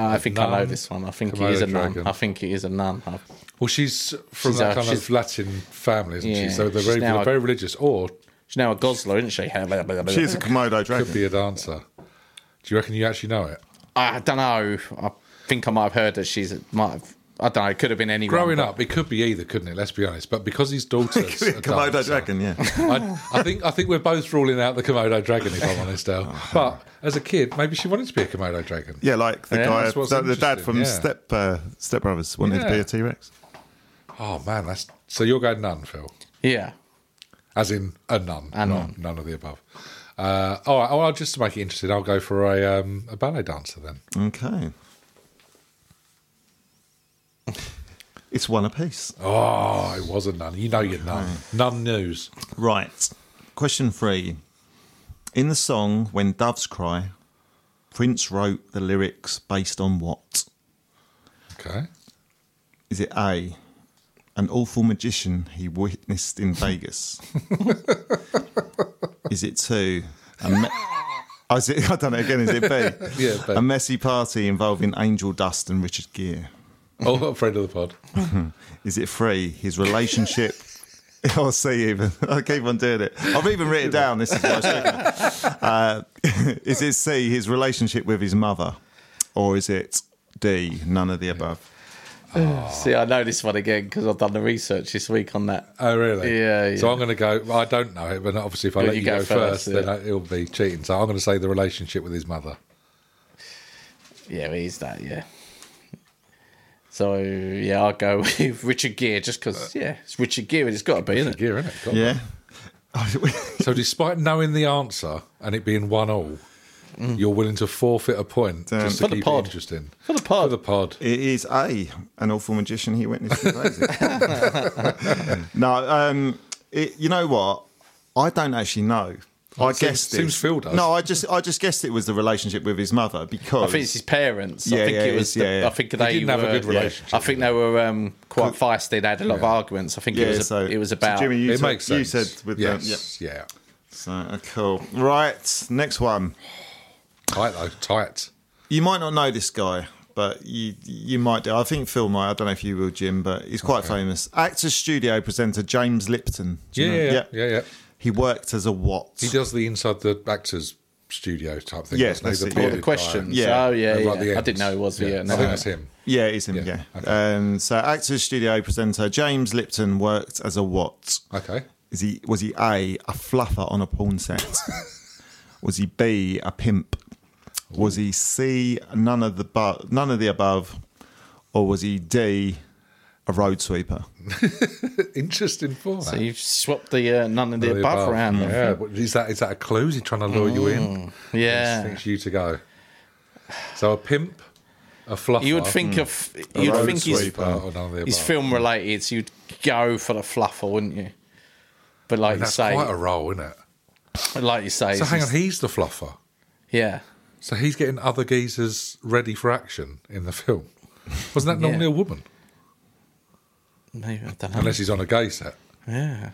Uh, I think I know
nun,
this one. I think
Komodo
it is a nun.
dragon.
I think it is a nun. I-
Well, she's from
She's
that
a-
kind
she's-
of Latin family, isn't
Yeah,
she? So they're
she's
very,
now a-
very religious, or
She's now a Gosler, isn't she?
She's a Komodo
could
dragon.
be a dancer. Do you reckon you actually know it?
I don't know. I think I might have heard that she's might have. I don't know. It could have been anyone.
Growing
but-
up, it could be either, couldn't it? Let's be honest. But because his daughter's a
Komodo
dancer,
dragon, yeah.
I, I think I think we're both ruling out the Komodo dragon, if I'm honest, Al. But as a kid, maybe she wanted to be a Komodo dragon.
Yeah, like the
Yeah,
guy,
that's what's
the, the dad
interesting,
from
yeah.
Step uh, Step Brothers wanted to be
Yeah.
a T Rex.
Oh man, that's so you're going none, Phil,
Yeah.
as in a nun,
A
not-
nun.
none of the above. Uh, all right, well, just to make it interesting, I'll go for a, um, a ballet dancer then.
Okay. It's one apiece.
Oh, it was a nun. You know you're nun. Nun news.
Right. Question three. In the song When Doves Cry, Prince wrote the lyrics based on what?
Okay.
Is it A, an awful magician he witnessed in Vegas? is it two, a me- Oh, is it, I don't know again, is it B?
Yeah, B.
A messy party involving Angel Dust and Richard Gere.
Oh, a friend of the pod.
Is it three, his relationship? I'll see even. I keep on doing it. I've even written down. This is what I was thinking. Uh, is it C, his relationship with his mother? Or is it D, none of the above?
See, I know this one again because I've done the research this week on that.
Oh, really?
Yeah,
So
yeah.
I'm going to go. well, I don't know it, but obviously, if I
Yeah,
let
you
you
go
go,
first,
first,
yeah.
then it'll be cheating. So I'm going to say the relationship with his mother.
Yeah, it is that. Yeah. So yeah, I'll go with Richard Gere just because. Yeah, it's Richard Gere, and it's got to be, isn't it?
Gear, isn't it? God.
Yeah.
So despite knowing the answer and it being one all, you're willing to forfeit a point
Damn.
just
Mm. For
to
the
keep
pod.
it interesting.
For the pod.
For the pod.
It is A, an awful magician he witnessed in Vegas. no, um, it, you know what? I don't actually know. I
seems-
guessed it.
seems Phil does.
No, I just, I just guessed it was the relationship with his mother
I
because
think it's his parents. I
Yeah,
think
yeah,
it
it
was.
is,
the-
yeah, yeah.
I think they,
They didn't have a
were-
good relationship,
I think they were um, quite feisty. They had a lot of arguments. I think
yeah.
it was.
so
it was
so
about.
Jimmy. You
it
said,
makes sense.
You said with
yes.
the, yeah.
Yeah.
So uh, cool. Right, next one.
Tight though. Tight.
You might not know this guy, but you you might do. I think Phil might. I don't know if you will, Jim, but he's quite famous. Actor, studio presenter James Lipton. Do
Yeah,
you know-
yeah, yeah, yeah.
He worked as a what?
He does the inside the actors studio type thing.
Yes,
doesn't he?
that's it, yeah.
all
Bearded
the
bearded
questions.
guy.
Yeah.
Oh yeah,
Right
yeah.
at the
I
end.
didn't know it was. Yeah,
I
no,
think
no.
that's him.
Yeah, it's him. Yeah.
Yeah, okay.
Um, so, actor, studio presenter James Lipton worked as a what?
Okay.
Is he was he a a fluffer on a porn set? was he b a pimp? Was he c none of the bu- none of the above, or was he d a road sweeper?
Interesting format.
So you've swapped the uh, none of the,
Really
above,
above.
round.
Yeah. What- Is that is that a clue? Is he trying to lure you in?
yeah.
Thinks you to go. So a pimp, a fluffer.
You would think of
a
you'd
road
think he's,
sweeper, or none of the
he's
above.
film related, so you'd go for the fluffer, wouldn't you? But like you
That's
say,
quite a role, isn't it?
but like you say,
So
it's
hang on,
just-
he's the fluffer.
yeah,
So he's getting other geezers ready for action in the film. Wasn't that normally
Yeah.
a woman?
maybe I don't know.
Unless he's on a gay set.
yeah,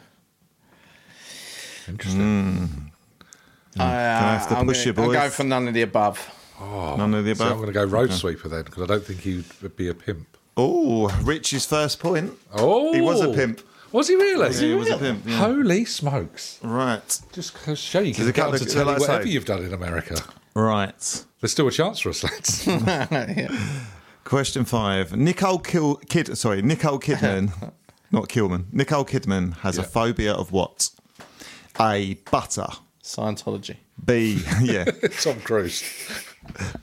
Interesting.
I
have to
Uh, I'm Oh,
push
gonna,
you,
I'll go
boys?
for none of the above.
None of the
So I'm
above.
going to go road sweeper then because I don't think he'd be a pimp.
oh, Rich's first point.
Oh,
He was a pimp.
Was he really?
Yeah, he was a pimp, yeah.
Holy smokes!
Right,
Just to show you can
There's a
get on
couple
to
of-
tell you
like I say-
whatever you've done in America.
right.
There's still a chance for us, lads.
Yeah.
Question five. Nicole Kil- Kid. Sorry, Nicole Kidman, not Kilman. Nicole Kidman has a phobia of what? A butter.
Scientology.
B. Yeah.
Tom Cruise.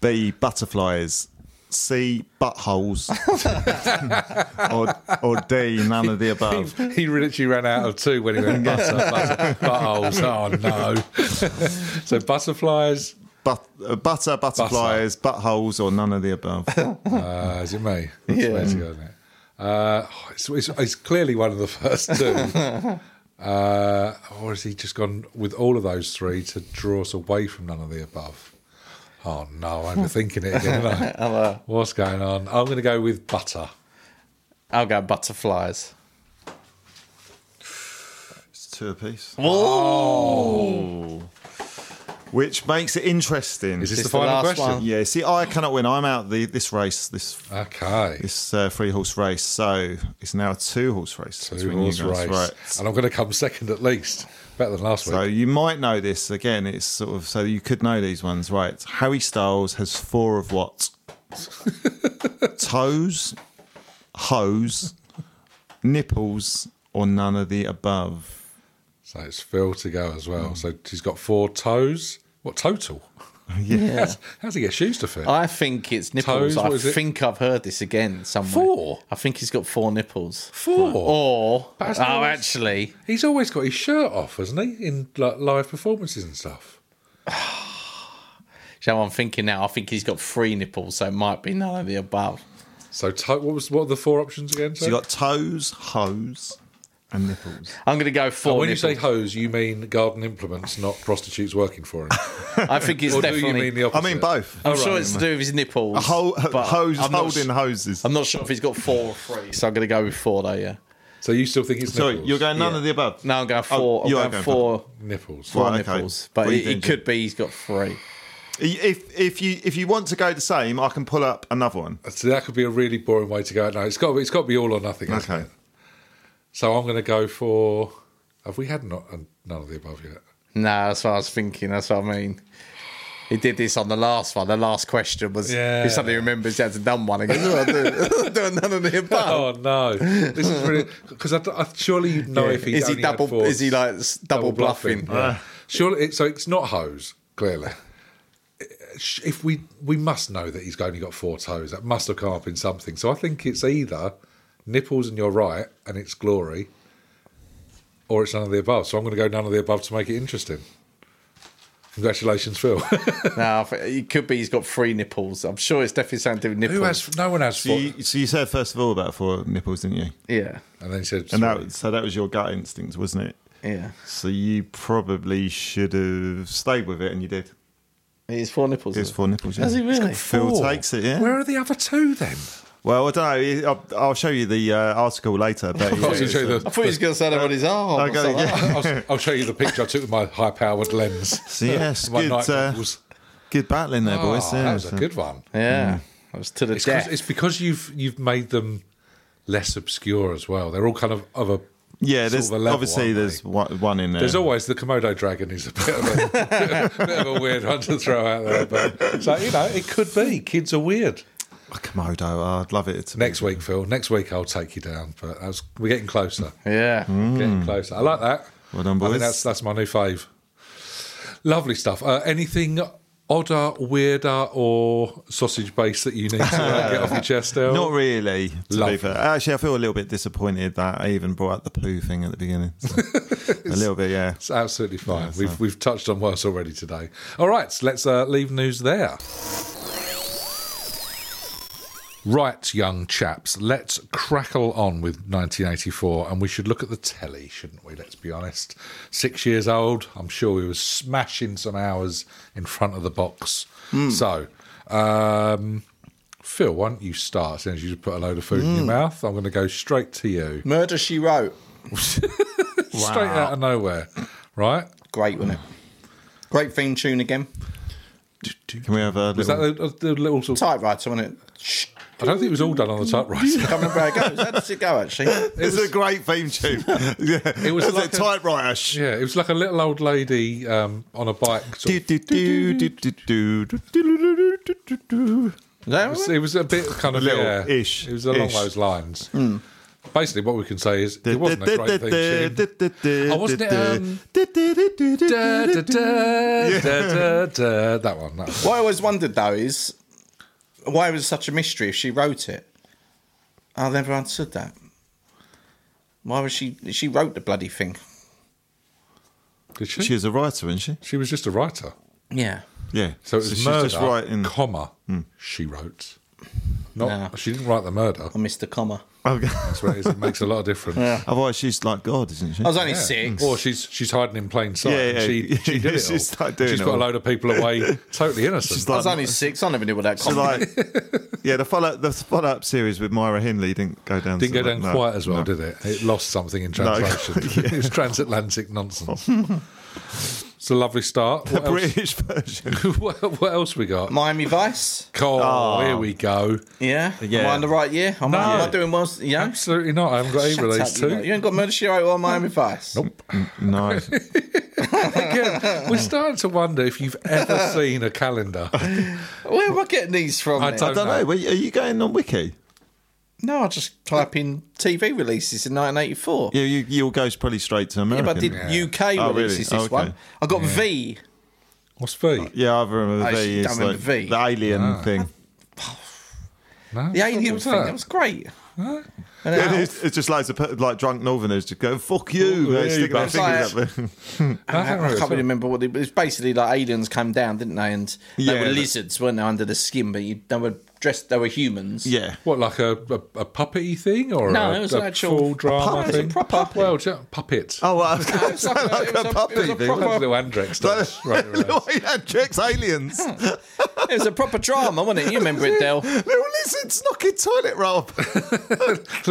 B butterflies, C buttholes, or or D none of the above.
Um, He, he literally ran out of two when he went uh, butter, butter, buttholes. Oh no! so butterflies.
But, uh, butter, butterflies, buttholes, or none of the above.
Uh, is it me? That's the way to go, isn't it? Uh, oh, it's, it's, it's clearly one of the first two. uh, or has he just gone with all of those three to draw us away from none of the above? Oh no, I'm thinking it again. aren't I?
uh,
What's going on? I'm going to go with butter.
I'll go butterflies.
It's two apiece. Oh. Which makes it interesting.
Is this,
This
the
the
final
last
question?
one?
yeah, see, I cannot win. I'm out the this race, this
Okay.
this uh, three horse race. So it's now a two horse race.
Two
between you
horse
guys.
race. And I'm going to come second at least. Better than last
So
week.
you might know this again. It's sort of so you could know these ones, right? Harry Styles has four of what? Toes, hose, nipples, or none of the above.
So it's Phil to go as well. So she's got four toes. What total?
Yeah.
How's he get shoes to fit?
I think it's nipples.
Toes,
I
what is it?
think I've heard this again somewhere.
Four?
I think he's got four nipples.
Four.
Or
That's
oh,
nice.
actually,
He's always got his shirt off, hasn't he? In like live performances and stuff.
so I'm thinking now. I think he's got three nipples, so it might be none of the above.
So to- what was what are the four options again? sir?
So you got toes, hose, and nipples.
I'm going to go four.
And when you
nipples.
say hose, you mean garden implements, not prostitutes working for him.
I think it's
or do you
definitely.
mean the
I
opposite?
mean both.
I'm sure it's to do with his nipples.
A ho-
but
hose
I'm not
holding
su-
hoses.
I'm not sure if he's got four or three, so I'm going to go with four though. Yeah.
So you still think it's
Sorry,
nipples?
you're going none of the above.
No, I'm going
Oh,
four.
you are
I'm going
going
four.
nipples.
Four
Right, okay.
nipples, but
What are you
it, it
thinking?
could be he's got three.
If if you if you want to go the same, I can pull up another one.
So that could be a really boring way to go. No, it's got it's got to be all or nothing. hasn't
Okay.
it? So I'm going to go for. Have we had not uh, none of the above yet?
No, that's what I was thinking. That's what I mean. He did this on the last one. The last question was
Yeah.
he suddenly remembers he hasn't done one. He goes, oh, I do, do none of the above.
Oh no! This is really because I, I, surely you know if he's
Is he
only had
double?
four-
Is he like s- double, bluffing?
Yeah. Ah. Surely, it, so it's not hose clearly. If we we must know that he's only got four toes, that must have come up in something. So I think it's either nipples and you're right, and it's glory, or it's none of the above. So I'm going to go none of the above to make it interesting. Congratulations, Phil.
no, I think it could be he's got three nipples. I'm sure it's definitely something to do with nipples.
Who has? No one has
So
four.
you, so you said first of all about four nipples, didn't you?
yeah,
and then he said,
And
three.
that so that was your gut instinct, wasn't it?
yeah.
So you probably should have stayed with it, and you did.
He's four nipples.
It's four nipples. Yeah.
Has he really?
Phil
Four.
takes it. Yeah.
Where are the other two then?
Well, I don't know. I'll, I'll show you the uh, article later. But
I'll show you
I
the.
thought he was going to say that on his arm. or
Okay,
something.
yeah.
I'll, I'll show you the picture I took with my high-powered lens.
So yes,
My
good,
night
uh,
goggles.
good battling there, boys.
Ah,
yeah,
that was
so-
a good one.
Yeah, I was to the
It's, 'cause-
death.
it's because you've you've made them less obscure as well. They're all kind of of a
Yeah,
sort
there's
of a level,
obviously
aren't they?
there's one, one in there.
There's always the Komodo dragon is a bit of a, bit of a weird one to throw out there, but so you know it could be kids are weird.
oh, Komodo. oh, I'd love it. To
Next week, Phil. Next week I'll take you down, but that was, we're getting closer.
yeah.
Getting closer. I like that.
Mm. Well done,
I think
boys.
that's that's my new fave. Lovely stuff. Uh, anything odder, weirder, or sausage based that you need to uh, get off your chest? Al?
Not really. To
Lovely.
be fair. Actually, I feel a little bit disappointed that I even brought up the poo thing at the beginning. so- a little bit, yeah.
It's absolutely fine. we've we've touched on worse already today. All right, so let's uh, leave news there. Right, young chaps, let's crackle on with 1984, and we should look at the telly, shouldn't we? Let's be honest. Six years old, I'm sure we were smashing some hours in front of the box. So, um, Phil, why don't you start? Since you just put a load of food in your mouth, I'm going to go straight to you,
Murder She Wrote.
straight out of nowhere, right?
Great, wasn't it? Great theme tune again.
Can we have a
Is that
little?
the, the little sort of
Typewriter, wasn't it? Shh.
I don't think it was all done on the typewriter.
Can't remember how it goes. How does it go actually?
It's a great theme tune. yeah. It
was like
was like
a-
a typewriter. Sh-
Yeah, it was like a little old lady um, on a bike.
Do,
Sort
do, do, do, do, do, do, do, do, do, do, do.
No,
of, it was a bit kind of
Little
yeah,
ish,
It was along
ish. Hmm.
those lines. Basically, what we can say is it wasn't a great thing.
Oh,
wasn't it, um, That one. That one.
What I always wondered though is why it was such a mystery if she wrote it. I never understood that. Why was she? She wrote the bloody thing.
Did she?
She was a writer, isn't she?
She was just a writer.
Yeah.
Yeah.
So it was
she's
murder,
just writing.
comma, she wrote. Not,
Nah.
She didn't write the murder.
I missed the comma.
Okay.
That's what it is. It makes a lot of difference.
Otherwise, she's like God, isn't she?
I was only
Yeah.
six.
Or she's she's hiding in plain sight.
Yeah, yeah.
She, she did it.
She's
all.
like doing
she's
it
put a
all.
load of people away totally innocent.
She's
I
like-
was only six. I never knew what that
So
comma.
like, yeah, the follow the follow up series with Myra Hindley didn't go down.
Didn't
so
go down
well. No,
quite as well,
no.
did it? It lost something in translation. it was transatlantic nonsense. it's a lovely start.
The
What else,
British Ah. version.
what, what else we got?
Miami Vice.
Cool. here we go.
Yeah. Am I
Yeah.
on the right year? Am I
No.
not doing well? Yeah.
Absolutely not. I haven't got either of these
you, know. You
two.
ain't got Murder She Wrote or Miami Vice.
No,
Again, we're starting to wonder if you've ever seen a calendar.
Where am I getting these from?
I
then?
don't-
I don't know. Were you- Are you going on Wiki?
No, I just type in TV releases in 1984.
Yeah, you you'll go probably straight to
Yeah,
American.
but I did
Yeah.
UK
Oh, really?
releases
Oh,
this
okay.
one. I got V.
What's V?
Yeah, I remember
I
V.
actually
It's
don't
like
remember V.
the alien
Ah.
thing.
No?
The alien
What's Oh,
thing. That was great. And
It
then-
is, it's just loads of pe- like drunk Northerners just go fuck you,
Ooh,
they
Oh, yeah,
stick
you
their
bastard.
fingers up.
I
I,
don't
can't really
remember.
remember what they, it was. Basically, like aliens came down, didn't they? And they
Yeah,
were
but-
lizards, weren't they, under the skin? But you, they were dressed. They were humans.
yeah,
What, like a, a, a puppety thing or
No,
a,
it was
a
an actual-
full drama
It was a
thing?
proper puppet.
Well, ju- puppet.
Oh, well, I was
It
going to
was
say
like a-
like
it
a
was a-
puppy.
it was a
thing.
proper-
Little Andrex does. right, right.
Little Andrex aliens.
It was a proper drama, wasn't it? You remember it, Del?
Little lizards knocking toilet roll.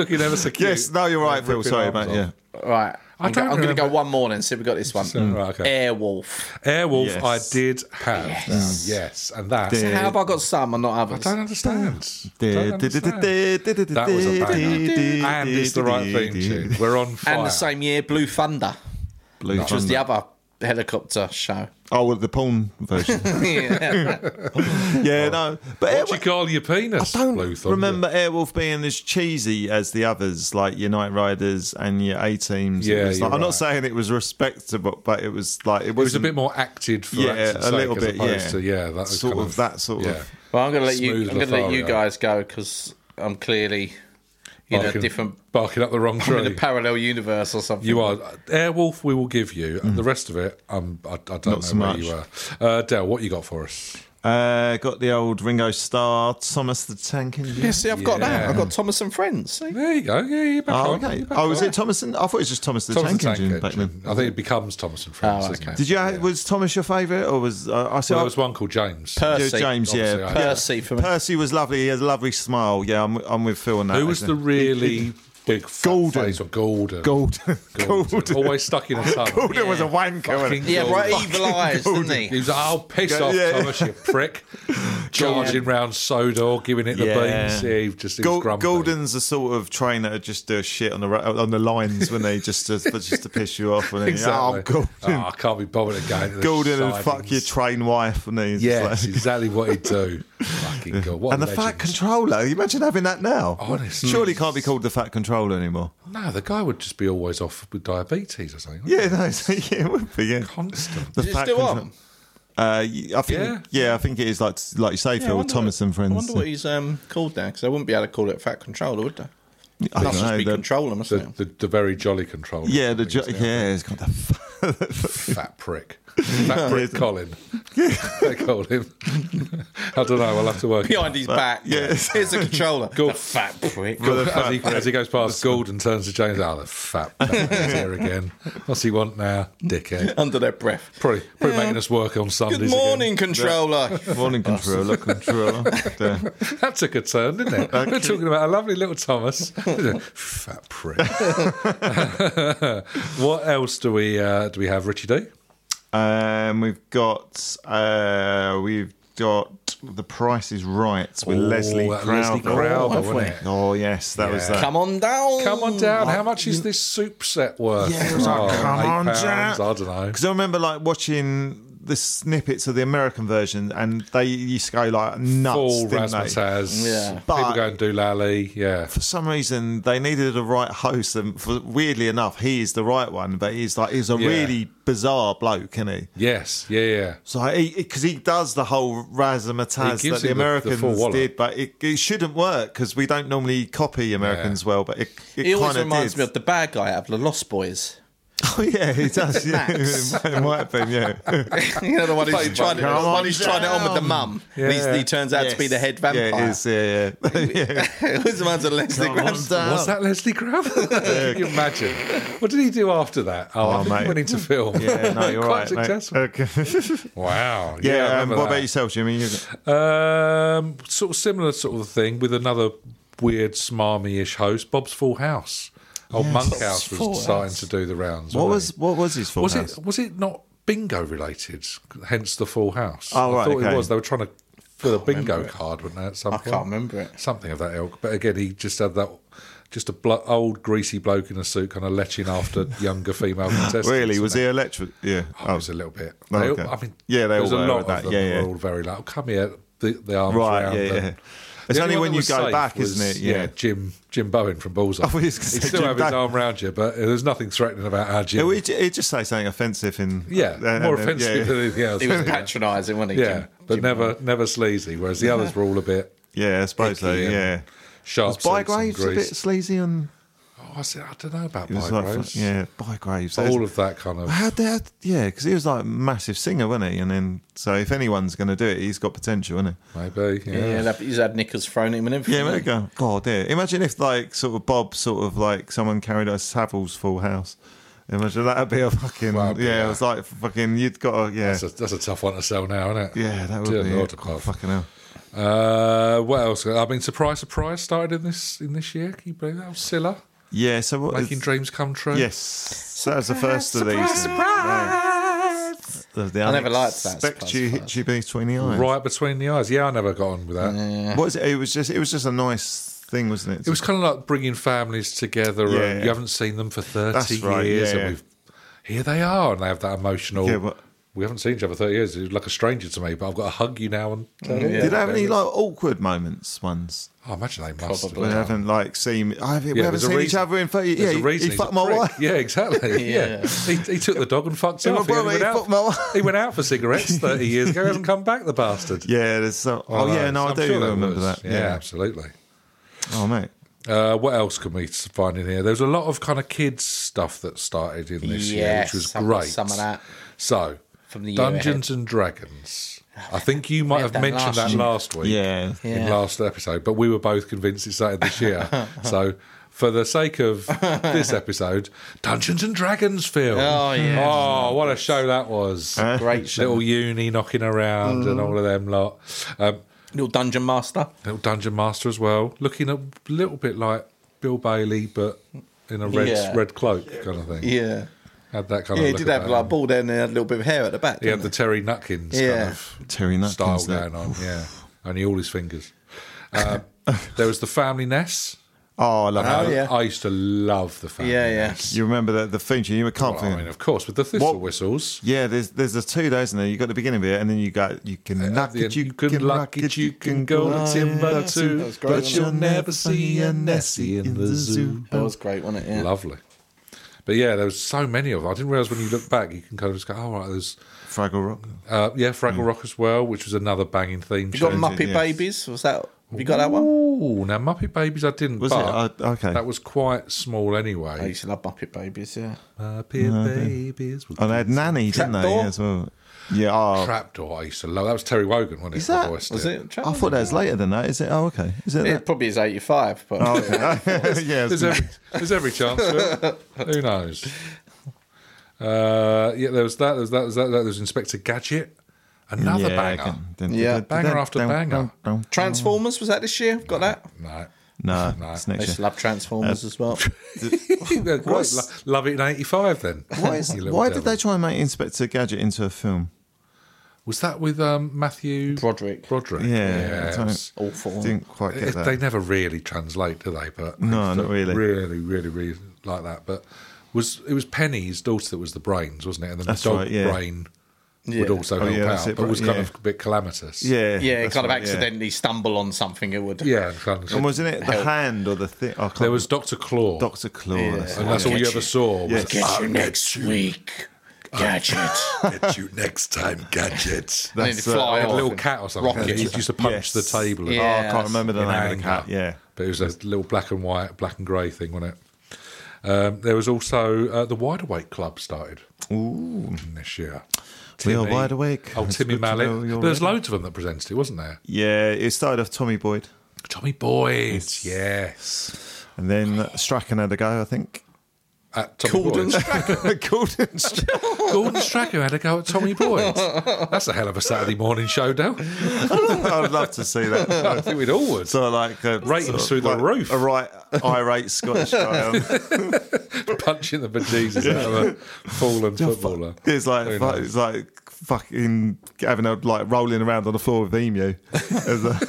Looking ever so cute.
yes, no, you're right, Phil.
ripping
Sorry,
arms
mate. Yeah.
Right.
I
I'm, go-
don't
I'm going to go
remember.
one more then. See if we got this one.
right, okay.
Airwolf.
Airwolf,
Eh, Yes.
I did have. Yes, yes and that.
How
Yeah.
have I got some and not others?
Don't understand. Don't understand.
That
That was a banger. and it's the right theme tune. We're on fire.
And the same year, Blue Thunder,
Blue
which was the other helicopter show.
Oh, well, the porn version.
yeah.
yeah, no. But
Oh. What do you
Airwolf,
call your penis?
I don't
Blue Thunder?
remember Airwolf being as cheesy as the others, like your Night Riders and your A Teams.
Yeah,
like,
you're
I'm not
right.
saying it was respectable, but it was like it
It was a
wasn't-
bit more acted for
Yeah,
acting's
a
sake
little
as
bit,
opposed
yeah.
to yeah, that was
Sort
kind
of that sort of-
yeah.
Well, I'm going to let you.
Smooth
I'm going to let you
Lothario.
guys go because I'm clearly in a
Barking-
different,
barking up the wrong
I'm in a
tree.
parallel universe or something.
You are Airwolf. We will give you, and the rest of it, um, I, I don't know
Mm. so
where
much.
you are. Uh, Dale, what you got for us?
Uh, got the old Ringo Starr, Thomas the Tank Engine.
Yeah, see, I've got that.
Yeah.
I've got Thomas and Friends. See?
There you go. Yeah, you're back
Oh,
on.
okay.
You're back
Oh, was
on.
it Thomason? I thought it was just Thomas the
Thomas
Tank,
the Tank
Engine,
Engine.
back then.
I think it becomes Thomas and Friends.
Oh,
doesn't
okay.
it?
Did you? Was Thomas your favourite, or was uh, I saw
Well, there was one called James.
Percy.
James?
obviously, I-
Yeah,
Percy for me.
Percy was lovely. He had a lovely smile. Yeah, I'm, I'm with Phil on that.
Who was the
actually.
really big fat
Golden.
face or Golden?
Golden?
Golden.
Golden.
Always stuck in a tub.
Golden was a wanker.
Fucking
Wasn't
Yeah,
it?
Golden.
right. Evil eyes, didn't
He
he?
was like, "I'll piss off,
Yeah.
Thomas, you prick!" Charging round soda, or giving it the
Yeah.
beans. Yeah, he just he was
Gol-
grumpy.
Golden's the sort of trainer that just do shit on the ra- on the lines when they just to, just to piss you off. And
Exactly.
oh, Golden,
Oh, I can't be bothered again. to
Golden, and
the
fuck your
sidings.
train wife. And he's
Yes,
just like-
exactly what he'd do. Fucking God. What
and
a
the fat
legend.
controller. You imagine having that now?
Honestly.
surely can't be called the fat controller anymore.
No, the guy would just be always off with diabetes or something. wouldn't
Yeah, no, it's- yeah, it would be. Yeah.
he? Constant.
The
Is it still
contro-
on?
Uh, y- I think.
Yeah.
Yeah. I think it is like like you say,
Yeah, I
Phil
wonder
Thomas
what-
and
I
friends.
wonder what he's um, called now because they wouldn't be able to call it Fat Controller, would they?
I
Must
don't
just
know.
be
the-
controller,
The,
mustn't
the, the very jolly controller.
yeah, the
I
jo-
think it's now.
yeah, it's got the. F-
Fat prick. Fat prick Colin. they call him. I don't know. I'll have to work.
it?
it out.
Behind his back.
yes.
Here's the controller.
Go-
The fat prick.
As he, as he goes past Golden turns to James, oh, the fat prick's here again. What's he want now? Dickhead.
Under their breath.
Probably, probably making us work on Sundays.
Good
again.
morning, controller.
Morning controller, controller. The-
That took a turn, didn't it? We're talking about a lovely little Thomas. Fat prick. what else do we uh, do we have, Richie D?
Um, we've got uh, we've got The Price is Right with Leslie
that Oh,
Crowther.
uh, Leslie Crowther,
have
wasn't
we?
it?
Oh yes, that was that.
Come on down.
Come on down. How much is this soup set worth?
Yeah, it was like,
Oh,
come
eight
on
pounds,
down.
I don't know.
Because I remember like watching the snippets of the American version, and they used to go like nuts.
Full
didn't they?
razzmatazz.
Yeah.
People
But-
go and do lally. Yeah.
for some reason they needed a right host, and for, weirdly enough, he is the right one. But he's like he's a
Yeah.
really bizarre bloke, isn't he?
Yes. Yeah. Yeah.
So he because he, does the whole razzmatazz
He gives him the-
that the
the
Americans
full wallop.
did, but it, it shouldn't work because we don't normally copy Americans well. But it,
He
it
always
kind of
reminds
did.
me of the bad guy out of the Lost Boys.
Oh yeah, he does. Yeah.
Max.
it might have been. Yeah.
you know the one who's trying, the
Come
one who's
on
trying it on with the
down.
mum. and he's, he turns out to be the head vampire.
Yeah, it is. Yeah, yeah. yeah.
it was the ones that Leslie
Come on
Graham's
down.
Was that Leslie Graham? Can you imagine? What did he do after that? Oh, I think he
mate.
went into film.
Yeah, no, you're
Quite
right. mate.
successful.
Okay.
Wow.
Yeah,
I
um,
remember
what about
that.
yourself, Jimmy? You've-
Um, sort of similar sort of thing with another weird smarmy-ish host, Bob's Full House. Old Monkhouse
Full
was starting to do the rounds.
What
wasn't
was what was his full
he? was
house?
it was it not bingo related? Hence the Full House.
Oh,
I
right,
thought it
okay.
was. They were trying to fill a bingo card, weren't they? At some
I
point?
can't remember it.
Something of that ilk. But again, he just had that. Just a blo- old greasy bloke in a suit, kind of leching after younger female contestants.
Really?
and
Was he electric? Yeah.
I was a little bit.
Oh,
They all-
okay.
I mean,
Yeah, they
there was
all
a
were
lot
at
of
that.
them.
Yeah,
were
yeah.
all very like, oh, come here, the, the arms
Right,
around.
yeah,
and-
yeah.
The
It's
only
only
one
when
that
you
was
go
safe
back, isn't
was,
it? Yeah.
Jim Jim Bowen from Bullseye.
I was
He'd
gonna say
still
Jim
have his
Bowen.
arm around you, but there's nothing threatening about our
It
Jim.
would it just say something offensive in
yeah,
uh,
more
uh,
offensive
yeah.
than anything else.
He was
yeah,
patronising, wasn't he?
yeah
Jim?
but
Jim
never
Bowen?
never sleazy. Whereas the others were all a bit
Yeah, I suppose so.
Icky, yeah.
Yeah.
sharp.
Was
suits and
Bygraves a bit
grease.
sleazy and
Oh, I said I don't know about
it was like,
Bygraves.
yeah, Bygraves.
all of that kind of.
How did yeah? Because he was like a massive singer, wasn't he? And then so if anyone's going to do it, he's got potential, isn't
Maybe, yeah.
Yeah, that- he's had knickers thrown at him and
he?
everything.
Yeah, there you go. God, yeah. Imagine if like sort of Bob, sort of like someone carried a Savile's Full House. Imagine that'd be a fucking
Well, that'd be
yeah.
a-
It was like fucking you'd got to, yeah
That's, a, that's a tough one to sell now, isn't it?
yeah that would
Dear
be
Lord
it.
above.
fucking hell.
Uh, what else? I mean, surprise, surprise started in this in this year. Can you believe that? Scylla
Yeah. So what?
making dreams come true.
Yes, so that was the first of these. The, the
I never liked that
Expect
surprise
you
part.
hit you between the eyes.
right between the eyes. Yeah, I never got on with that.
What is it? It was just it was just a nice thing, wasn't it?
It was kind of like bringing families together.
Yeah,
and
yeah.
You haven't seen them for thirty
That's right,
years, and
yeah, yeah.
we've here they are, and they have that emotional.
Yeah, but-
we haven't seen each other for thirty years. You're like a stranger to me, but I've got to hug you now. And
yeah.
Did they have any like awkward moments once?
I imagine they must. have
Probably.
We
done.
haven't like seen. I haven't, we
Yeah,
haven't
there's a
seen each
reason-
other in thirty.
There's
Yeah,
a
he-
reason
he
he's
fucked
a
my
prick.
wife.
Yeah, exactly. yeah,
Yeah.
He, he took the dog and fucked
my
off. He, only
brother,
went
he
out,
fucked my wife.
he went out for cigarettes thirty years ago. Hasn't come back, the bastard.
Yeah, there's so. Oh,
Well,
yeah,
that's-
no, i
I'm
do
sure there
remember
was.
that.
Yeah, absolutely.
Oh mate.
Uh, what else can we s- find in here? There's a lot of kind of kids stuff that started in this year,
Yes,
which was
I've got
great.
some of that
So,
from the year
Dungeons and Dragons. I think you
had
might have
that
mentioned
last
that
year.
last week
Yeah.
in
Yeah.
last episode, but we were both convinced it started this year. so, for the sake of this episode, Dungeons and Dragons film.
Oh, yeah.
Oh, what a show that was!
Great show. Mm.
Little uni knocking around and all of them lot. Um,
Little dungeon master.
little dungeon master as well, looking a little bit like Bill Bailey, but in a red
Yeah.
red cloak kind of thing.
Yeah.
Had that kind
Yeah, he
of. Oh, look
did have
about
like
him.
bald hair and he had a little bit of hair at the back.
He had
didn't
the Terry Nutkins kind
Yeah.
of
Terry Nutkins,
style
that-
going on. Yeah, only all his fingers. Uh, there was the family Ness.
Oh, I love
Oh,
that.
yeah.
I used to love the
he?
family.
yeah, yeah.
Ness.
You remember that the theme tune? You were
Well, I mean,
confident.
of course, with the thistle
What-
whistles.
Yeah, there's there's the two days in there. You got the beginning bit, and then you got you can knock
the
it,
end,
you, can rock it, you can go to
That
Timbuktu,
was great,
but
wasn't it?
you'll never see a Nessie in the zoo.
That was great, wasn't it? Yeah.
Lovely. But yeah, there was so many of them. I didn't realize when you look back, you can kind of just go, "Oh, right, there's."
Fraggle Rock.
Uh, yeah, Fraggle
Mm.
Rock as well, which was another banging theme.
You got
tune.
Muppet
yes.
Babies? Was that? Have you got that one?
Ooh, now Muppet Babies, I didn't.
Was it?
but
Oh, okay.
that was quite small
I
anyway.
used to love Muppet Babies. Yeah.
Muppet Babies. was-
And Oh, they had Nanny, didn't they?
Trapdoor?
Yeah, as well. Yeah. Oh,
Trapdoor. I used to love. That was Terry Wogan, wasn't it?
Is that-
I voiced
Was it?
I thought that was later than that. Is it? Oh, okay. Is it?
It probably is eighty-five, but
Oh. that? yeah.
There's every, there's every chance. Phil. Who knows? Uh, yeah, there was that. There was that. There was that. There was Inspector Gadget. Another banger.
Yeah.
Banger after banger.
Transformers was that this year? Got that?
No.
No,
No.
it's
I
next
used to
year.
love Transformers as well.
They're great. Lo-
What's-
love it in '85. Then
Why, is,
You little
why did
devil.
they try and make Inspector Gadget into a film?
Was that with um, Matthew
Broderick.
Broderick.
Yeah,
it
I don't-
was-
Awful.
Didn't quite get
It- they
that.
never really translate, do they? But
No,
they
not really.
Really, really, really like that. But was it was Penny's daughter that was the brains, wasn't it? And then
That's
the dog
right, yeah.
brain
Yeah.
would also
Oh,
help
yeah, that's
out,
it,
but was
right,
kind
yeah.
of a bit calamitous.
Yeah,
yeah,
that's
kind of
right, yeah.
accidentally stumble on something. It would.
yeah. and Kind of,
And wasn't it the
Help.
hand or the thing? I can't
there was Doctor Claw,
Doctor Claw.
Yeah.
that's
and
it.
that's all you ever saw. Was
Yeah.
Get
Oh,
you next week, Gadget.
get you next time, gadgets.
and then he'd
uh,
fly
I
Like
off
a little
and
cat or something.
rocket.
He used to punch
Yes.
the table. and-
Yeah.
Oh, I can't remember the
in
name of the
anger.
cat. Yeah.
But it was a little black and white, black and grey thing, wasn't it? Um, there was also uh, the Wide Awake Club started
Ooh.
this year.
We are wide awake.
Oh,
It's
Timmy
good to know
Mallet.
you're
There's
ready.
loads of them that presented it, wasn't there?
Yeah, it started off Tommy Boyd,
Tommy Boyd, yes.
and then Strachan had a go, I think.
At Tommy
Gordon
Boyd.
Strachan.
Gordon Strachan.
Gordon Strachan had a go at Tommy Boyd. That's a hell of a Saturday morning showdown.
I'd love to see that.
I think we'd all would.
So like a,
Ratings
sort of
through the
like
roof.
A right irate Scottish guy.
punching the bejesus out of a fallen footballer.
It's
Who
like fu-
knows?
it's like fucking having a like rolling around on the floor with emu. As a-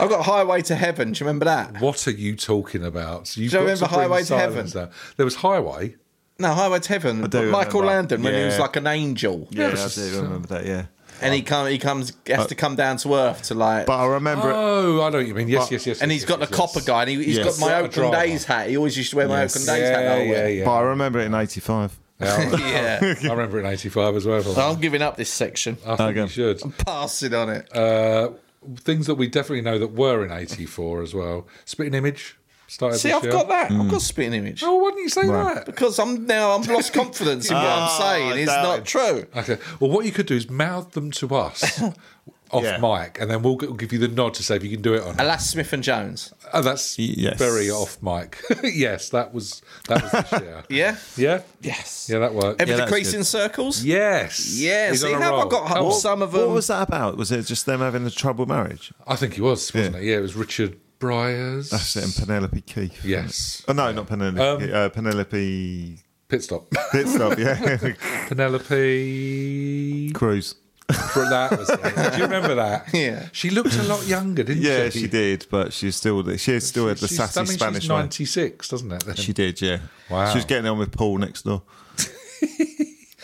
I've got Highway to Heaven. Do you remember that?
What are you talking about? You've
Do you
got
remember
to bring
Highway to
silence down. There was Highway.
No, Highway to Heaven.
do
Michael
remember.
Landon when he was
Yeah.
like an angel,
yeah, I
it's just-
do remember that. Yeah, Uh,
and he come he comes has to come down to earth to like.
but I remember it.
Oh, I know what you mean. Yes, yes, yes.
and
yes,
he's got
yes,
the
yes.
copper guy, and he, he's
Yes.
got my
What a
Oakland
drama.
Days hat. He always used to wear my
Yes.
Oakland Days hat.
Yeah,
the whole
yeah,
way.
yeah.
But I remember it in '85.
Yeah,
yeah.
I remember it in '85 as well.
Oh,
I'm giving up this section.
I think you
Okay.
should.
Passing on it.
Uh, things that we definitely know that were in '84 as well. Spitting Image started.
See,
this
I've
year.
got that. I've got a
Hmm.
spitting image.
Oh, why didn't you say
Right.
that?
Because I'm now I'm lost confidence in what I'm
Ah,
saying. It's
damn
not
it.
true.
Okay. Well, what you could do is mouth them to us off
Yeah.
mic, and then we'll g- give you the nod to say if you can do it or not.
Alas, Smith and Jones.
Oh, that's
Yes.
very off mic. yes, that was that was this year.
Yeah.
Yeah.
Yes.
Yeah, that worked.
Ever
Yeah, that's
decreasing
good.
circles.
Yes.
Yeah,
He's
see
on a
how I
roll. Oh,
got
Come on.
some of
What
them.
was that about? Was it just them having a troubled marriage?
I think he was, wasn't
Yeah.
it? Yeah, it was Richard Bryars.
That's it, and Penelope Keith.
Yes.
Oh, no, not Penelope.
Um,
uh, Penelope
Pit stop.
Pitstop. Yeah,
Penelope.
Cruz.
For that was it. Do you remember that?
Yeah.
She looked a lot younger, didn't
Yeah,
she?
she did, but she still she still had the
She's-
sassy
I mean,
Spanish
She's
one.
96, doesn't it? Then?
She did, yeah.
Wow.
She was getting on with Paul next door.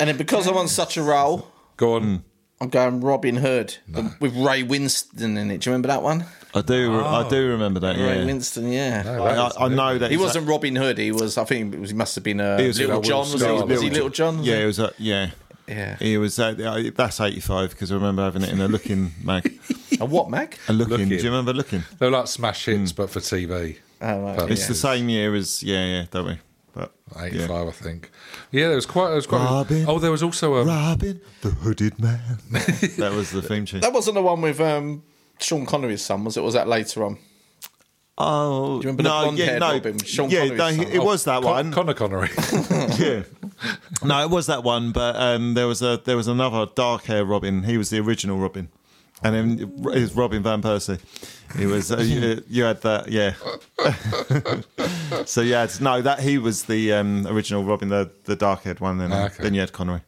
And then because I'm on such a roll,
Go on.
Mm.
I'm going Robin Hood the- with Ray Winston in it. Do you remember that one?
I do, I do remember that.
Ray Winston, yeah.
Oh, that
I,
is-
I, I know that
Oh. He
he's a-
wasn't Robin Hood. He was. I think it was, he must have been uh,
He was
Little
like
John. Was
Will
he,
Scarlet.
was he Little John?
Yeah, it was. A, yeah,
Yeah.
He was. Uh, I- that's eighty-five because I remember having it in a looking mag.
A what mag?
A looking.
Looking.
Do you remember looking?
They were like smash
Mm.
hits, but for TV.
Oh, right,
But
It's the same year as yeah, yeah. Don't we? But yeah.
85, I think. Yeah, there was quite. There was quite
Robin.
oh, there was also a.
Robin, the hooded man. that was the theme tune.
That wasn't the one with um, Sean Connery's son, was it? Or Was that later on?
Oh,
remember the
no, yeah,
blonde-haired
no,
Robin, Sean
yeah,
Connery's
no,
son?
it it was that
oh, Con-
one.
Connor Connery.
yeah. No, it was that one, but um, there was a there was another dark hair Robin. He was the original Robin, and then it was Robin Van Persie. He was uh, you, you had that, yeah. so yeah, it's, no, that he was the um, original Robin, the the dark haired one. Then
Ah, Okay.
then you had Connery.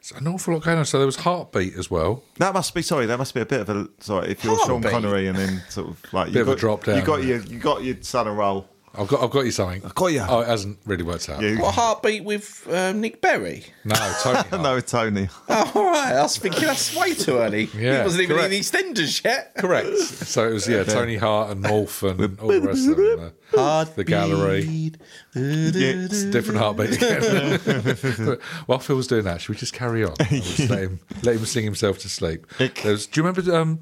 It's an awful lot going on. So there was Heartbeat as well.
That must be sorry. That must be a bit of a sorry. If you're Sean
Heartbeat.
Connery and then sort of like you
Bit of a
got,
drop down,
You got
yeah.
your you got your son and roll.
I've got, I've got you something. I've
got you.
Oh, it hasn't really worked out.
You,
What heartbeat with um, Nick Berry?
No, Tony.
no, Tony.
Oh, all right. I was thinking that's way too early.
Yeah,
he wasn't even
correct.
in EastEnders yet.
Correct. So it was yeah, Tony Hart and Wolf and all the rest of them. uh, The gallery.
Yeah.
It's different heartbeat again. While Phil's doing that, should we just carry on? I'll just let, him, let him sing himself to sleep.
Ick.
There was- do you remember um,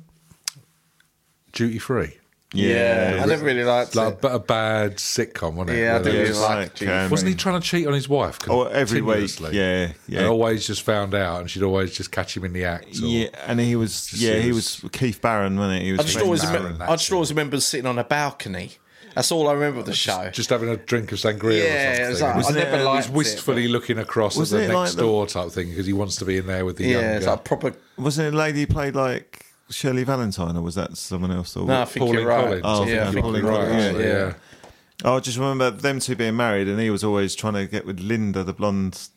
Duty Free?
Yeah, I never really liked
Like a,
it.
b- a bad sitcom, wasn't it?
Yeah, I
Where
didn't
there
really
was-
like it.
Cam
Wasn't he
and-
trying to cheat on his wife?
Oh, every week.
continuously?
Yeah,
And
yeah.
always just found out, and she'd always just catch him in the act. Or,
Yeah, and he was yeah he
serious.
was Keith Barron, wasn't he? He was
I just
Keith
always,
Barron.
remember, I just always remember sitting on a balcony. That's all I remember of the show.
Just having a drink of sangria.
Yeah, it
or
was
something.
like- I
Wasn't
never
it- it was
liked it,
wistfully looking across at
Wasn't
the
it like
next
the-
door type thing because he wants to be in there with the
yeah,
young
it's
girl.
like proper.
Wasn't it a lady played like Shirley Valentine, or was that someone else? Or
No, I think
Pauline
you're right.
Collins. I
Oh, yeah, I
think
think
Pauline
you're right.
Collins,
Yeah,
yeah.
yeah.
Oh, I just remember them two being married, and he was always trying to get with Linda, the blonde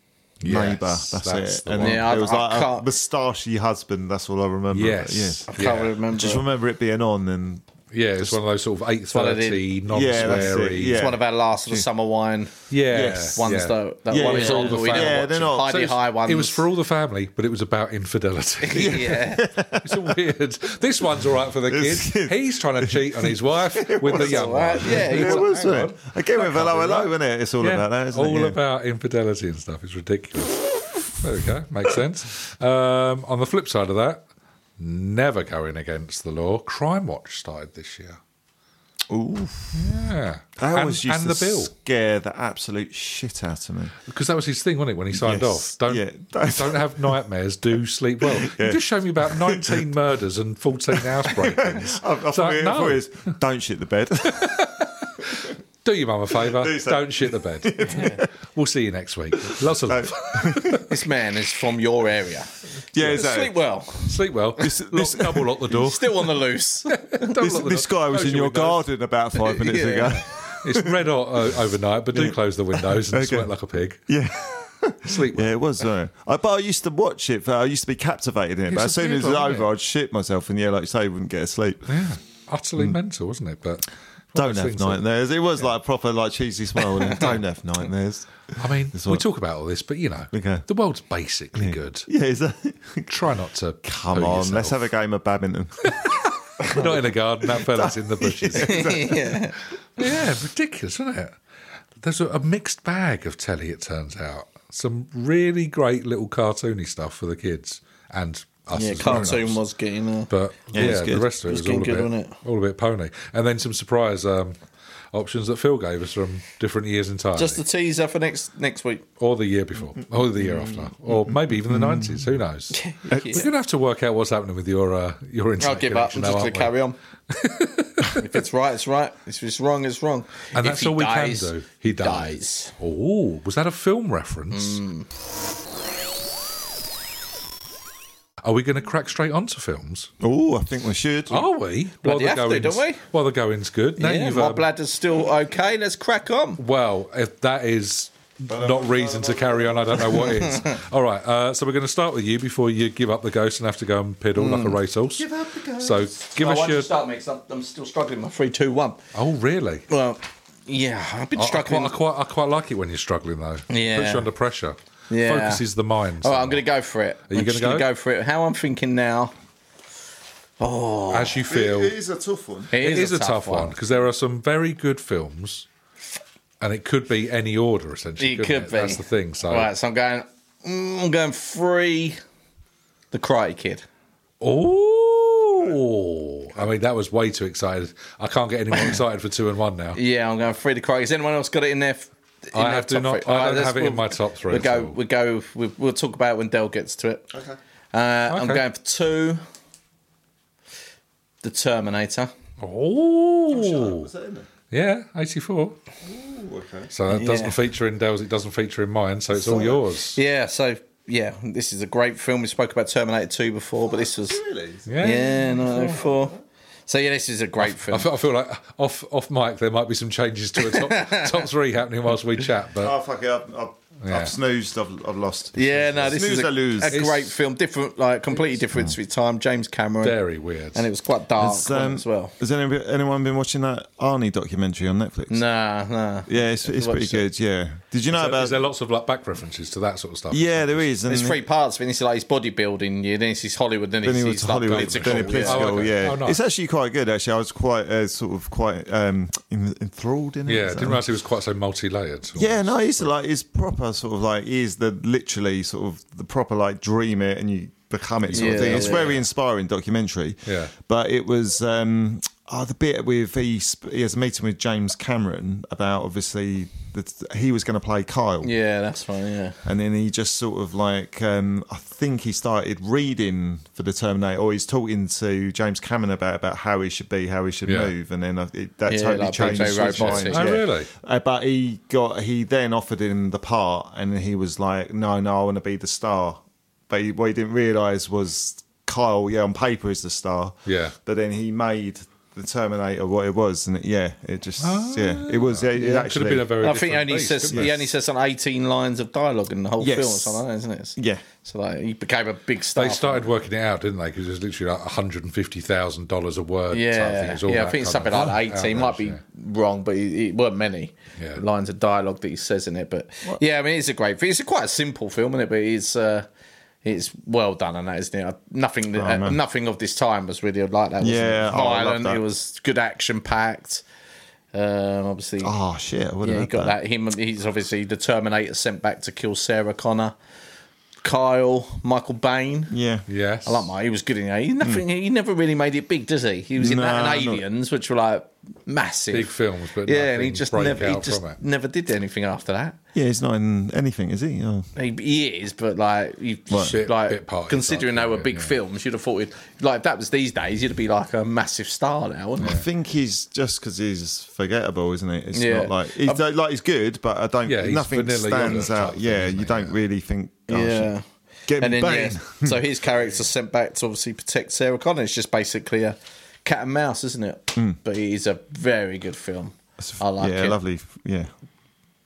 neighbour. That's,
that's
it.
the
And
one.
Yeah, I-
it was
I
like a
can't-
moustachy husband. That's all I remember.
Yes.
yeah.
I can't
Yeah.
remember.
Just remember it being on, and
Yeah, it's one of those sort of eight
one of the-
thirty
Yeah, that's it,
non-sweary.
It's
yeah.
one of our last sort of summer wine
yes,
ones,
yeah.
though. That
Yeah,
one
yeah,
is
yeah.
all that we
Yeah,
don't watch.
they're not-
Heidi
so
High ones.
It was for all the family, but it was about infidelity.
yeah.
it's all weird. This one's all right for the
It's-
kids. He's trying to cheat on his wife with the
It's
young
all right.
one.
Yeah, he
yeah,
was-
was
hang
it?
on.
Again with hello,
be
hello,
right.
isn't it? It's all
Yeah,
about that, isn't
all
it? Yeah.
about infidelity and stuff. It's ridiculous. there we go. Makes sense. Um, on the flip side of that, never going against the law. Crime Watch started this year. Yeah.
That
and,
always used
and
to
the bill.
scare the absolute shit out of me.
Because that was his thing, wasn't it, when he signed
Yes.
off? Don't,
Yeah.
don't have nightmares, do sleep well. You just showed me about 19 murders and 14 housebreakings.
I, I
It's
thought
like,
it
no.
thought it was, don't shit the bed. Uh,
Do your mum a favour.
Do so.
Don't shit the bed. We'll see you next week. Lots of love.
This man is from your area.
yeah, exactly.
Sleep well.
Sleep well.
this-
lock, double lock the door.
Still on the loose.
Double
This,
lock the
this
door.
guy was
Close
in your
windows.
garden about five minutes
Yeah.
ago.
It's red hot uh, overnight, but do close the windows and sweat like a pig.
Yeah.
Sleep well.
Yeah, it was. Uh, I, but I used to watch it. I used to be captivated in it.
It's
But
a
as soon
weird
as it
one,
was
isn't
over,
it?
I'd shit myself, and yeah, like you say, wouldn't get asleep.
Yeah. Utterly mental, wasn't it? But one of
Mm. Don't
those
have
things that-
nightmares. It was like a proper, like cheesy smile. and Don't have nightmares.
I mean, we
what-
talk about all this, but you know,
Okay.
the world's basically good.
Yeah, is that?
Try not to.
Come
poo
on,
yourself.
let's have a game of badminton.
We're not in a garden. That fella's in the bushes. yeah.
yeah.
ridiculous, isn't it? There's a, a mixed bag of telly. It turns out some really great little cartoony stuff for the kids and us.
Yeah,
as grown-ups.
cartoon was getting uh,
But yeah,
it's
the
good.
rest of it
It's
was, all, a
getting
bit,
good, wasn't
all a bit pony. And then some surprise um, options that Phil gave us from different years entirely.
just a teaser for next next week.
or the year before, or the year after, or maybe even
Mm.
the 90s. Who knows? We're going to have to work out what's happening with your uh, your internet
I'll give up. I'm
connection now,
just going
aren't
to
we?
carry on. if it's right, it's right. If it's wrong, it's wrong.
And
If
that's
he
all we
dies,
can do. He dies. Oh, was that a film reference?
Mm.
Are we going to crack straight onto films?
oh, I think we should.
Are we? While
Bloody have to,
going's-
don't we?
While the going's good. Now
Yeah,
you've,
my
um,
bladder's still okay. Let's crack on.
Well, if that is not reason to carry on, I don't know what is. all right, uh, so we're going to start with you before you give up the ghost and have to go and piddle like a racehorse. Hmm. Give up the ghost. So give
Oh,
us
once you
your.
start mix up, I'm still struggling. My three, two, one.
Oh, really?
Well, yeah, I've been
I, I quite,
struggling.
I, quite, I quite like it when you're struggling, though.
Yeah.
Puts you under pressure.
Yeah.
Focuses the mind.
All right, I'm
somewhat.
going to go for it.
Are you
I'm
gonna
just
go?
gonna go for it? How I'm thinking now.
As you feel.
a tough one.
It is a tough one because there are some very good films, and it could be any order essentially.
It
couldn't
could be.
That's the thing. So,
All right, so I'm going. mm, I'm going free. The Karate Kid.
oh, I mean that was way too excited. I can't get any more excited for two and one now.
Yeah, I'm going free. The Karate. Has anyone else got it in their? f- in
I
their
have- do
top
not-
three?
I
All
don't
let's-
have it in my top three
We'll
at
go.
all.
We'll go. We'll, we'll talk about it when Dell gets to it. Okay. Uh, I'm
Okay.
going for two. The Terminator.
Oh, yeah, eighty four.
okay.
So that doesn't
Yeah.
feature in Dell's. It doesn't feature in mine. So it's all yours.
Yeah. So yeah, this is a great film. We spoke about Terminator 2 before, but this was
Really?
Yeah.
yeah, no four. So yeah, this is a great film.
I feel, I feel like off off mic there might be some changes to a top, top three happening whilst we chat, but
Oh, fuck it. I've, I've,
Yeah.
I've snoozed. I've, I've lost.
Yeah, no, this
Snooze
is a,
or lose.
a
It's-
great film. Different, like completely different to its time. James Cameron,
very weird.
and it was quite dark
Has,
one
um,
as well.
Has any, anyone been watching that Arnie documentary on Netflix?
Nah, nah.
Yeah, it's, it's pretty good. Yeah. Did you know
So
about?
is there lots of like back references to that sort of stuff?
yeah, there is. And
There's three parts. I mean, this is like his bodybuilding. Yeah, then it's his Hollywood. Then,
Then
it's
he was
his, like,
Hollywood,
political.
then he
yeah.
political.
Oh, okay.
Yeah,
Oh, nice.
it's actually quite good. Actually, I was quite uh, sort of quite um, en- enthralled in it.
yeah.
Is that
Didn't
right?
realise it was quite so multi-layered.
Yeah, no, he's like he's proper sort of like he's the literally sort of the proper like dream it and you become it sort of
Yeah,
thing. It's
yeah.
very inspiring documentary.
Yeah.
but it was um oh, the bit with he sp- he has a meeting with James Cameron about obviously that he was going to play Kyle.
yeah, that's one. Yeah,
And then he just sort of like, um, I think he started reading for the Terminator, or he's talking to James Cameron about about how he should be, how he should
Yeah.
move, and then uh, it, that
Yeah,
totally
like
changed
Big Joe
his
Robot.
mind.
Oh,
yeah.
really?
Uh, but he got he then offered him the part, and he was like, "No, no, I want to be the star." But he, what he didn't realize was Kyle, yeah, on paper is the star,
Yeah.
But then he made the Terminator what it was, and it, yeah, it just yeah, it was yeah, it
That could
actually
have been a very.
And I think he
different
only
beast,
says
couldn't
he
it?
only says on 18 lines of dialogue in the whole
Yes.
film, or something like that, isn't it? It's-
Yeah.
So like, he became a big star.
They
from
started working it out, didn't they? Because it was literally like one hundred and fifty thousand dollars a word. type thing.
Yeah,
It's all
yeah. I
that
think it's
kind
something
of-
like
Oh,
eighteen.
outrageous,
Might be
yeah.
wrong, but it, it weren't many
Yeah.
lines of dialogue that he says in it. But yeah, I mean, it's a great. It's a quite a simple film, isn't it? But it's uh, it's well done, and that isn't it? I- Nothing, uh,
Oh, man.
nothing of this time was really like that. Was
Yeah,
it?
oh, I love
violent.
that.
It was good, action packed. Um, obviously,
Oh shit! I would
yeah, you
have had
got that. Him, he's obviously the Terminator sent back to kill Sarah Connor. Kyle, Michael Bain.
Yeah.
Yes.
I like Mike. He was good in that. He, nothing, he never really made it big, does he? He was in
Nah,
that and
not-
Aliens, which were like massive.
Big films, but
yeah, and he
nothing
just
break
never, he
out
just
from it.
never did anything after that.
Yeah, he's not in anything, is he? Oh.
He, he is, but like, you, you should,
Bit-
like
bit party
considering
type,
they were
yeah,
big
yeah.
films, you'd have thought, it, like, if that was these days, you'd be like a massive star now, wouldn't
I think he's just because he's forgettable, isn't it? It's
Yeah. Um,
not like he's like- like he's good, but I don't.
Yeah, he's
nothing
vanilla yogurt
stands
type
out.
thing,
Yeah,
isn't
you
he?
don't
Yeah.
really think. Oh,
you?
shit. Get
and then
him bang.
yeah, so his character's sent back to obviously protect Sarah Connor. It's just basically a cat and mouse, isn't it? But it is a very good film. I like
yeah,
it.
lovely. Yeah,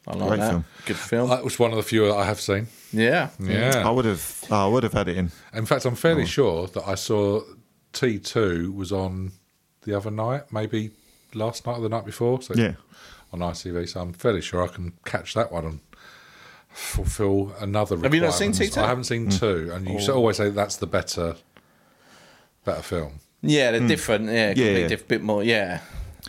I like
great
that.
film.
Good film.
That was one of the few that I have seen.
yeah.
Yeah.
I would have. I would have had it in.
In fact, I'm fairly sure that I saw T2 was on the other night, maybe last night or the night before. So
Yeah.
On ITV, so I'm fairly sure I can catch that one and fulfil another.
Have you not seen Oh.
requirement.
T2?
I haven't seen two, and you always say that's the better, better film.
Yeah,
Hmm.
they're different. Yeah, completely
yeah.
diff- bit more. Yeah,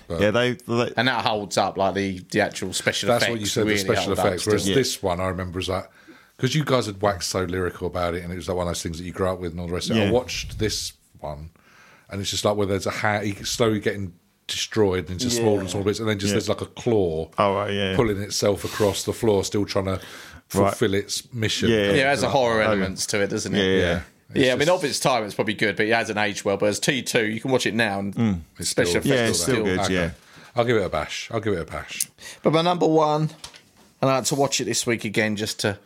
yeah, they. they
and that holds up like the the actual special
That's
effects.
what you said,
really
the special
hold up
effects. Whereas
still.
Yeah.
this one, I remember, was like, because you guys had waxed so lyrical about it, and it was like one of those things that you grew up with and all the rest of it. I
Yeah.
watched this one, and it's just like where there's a hand, he's slowly getting destroyed into smaller and smaller bits, and then just there's like a claw
Oh, right, yeah.
pulling itself across the floor, still trying to fulfill its mission.
Yeah,
yeah,
yeah.
it has a horror elements to it, doesn't
yeah,
it?
yeah.
Yeah, I mean, of its time, it's probably good, but it hasn't aged well. But as T two, you can watch it now, and
It's
special
still-
effects
Yeah,
are
it's still
still
good. yeah.
I'll give it a bash. I'll give it a bash.
But my number one, and I had to watch it this week again just to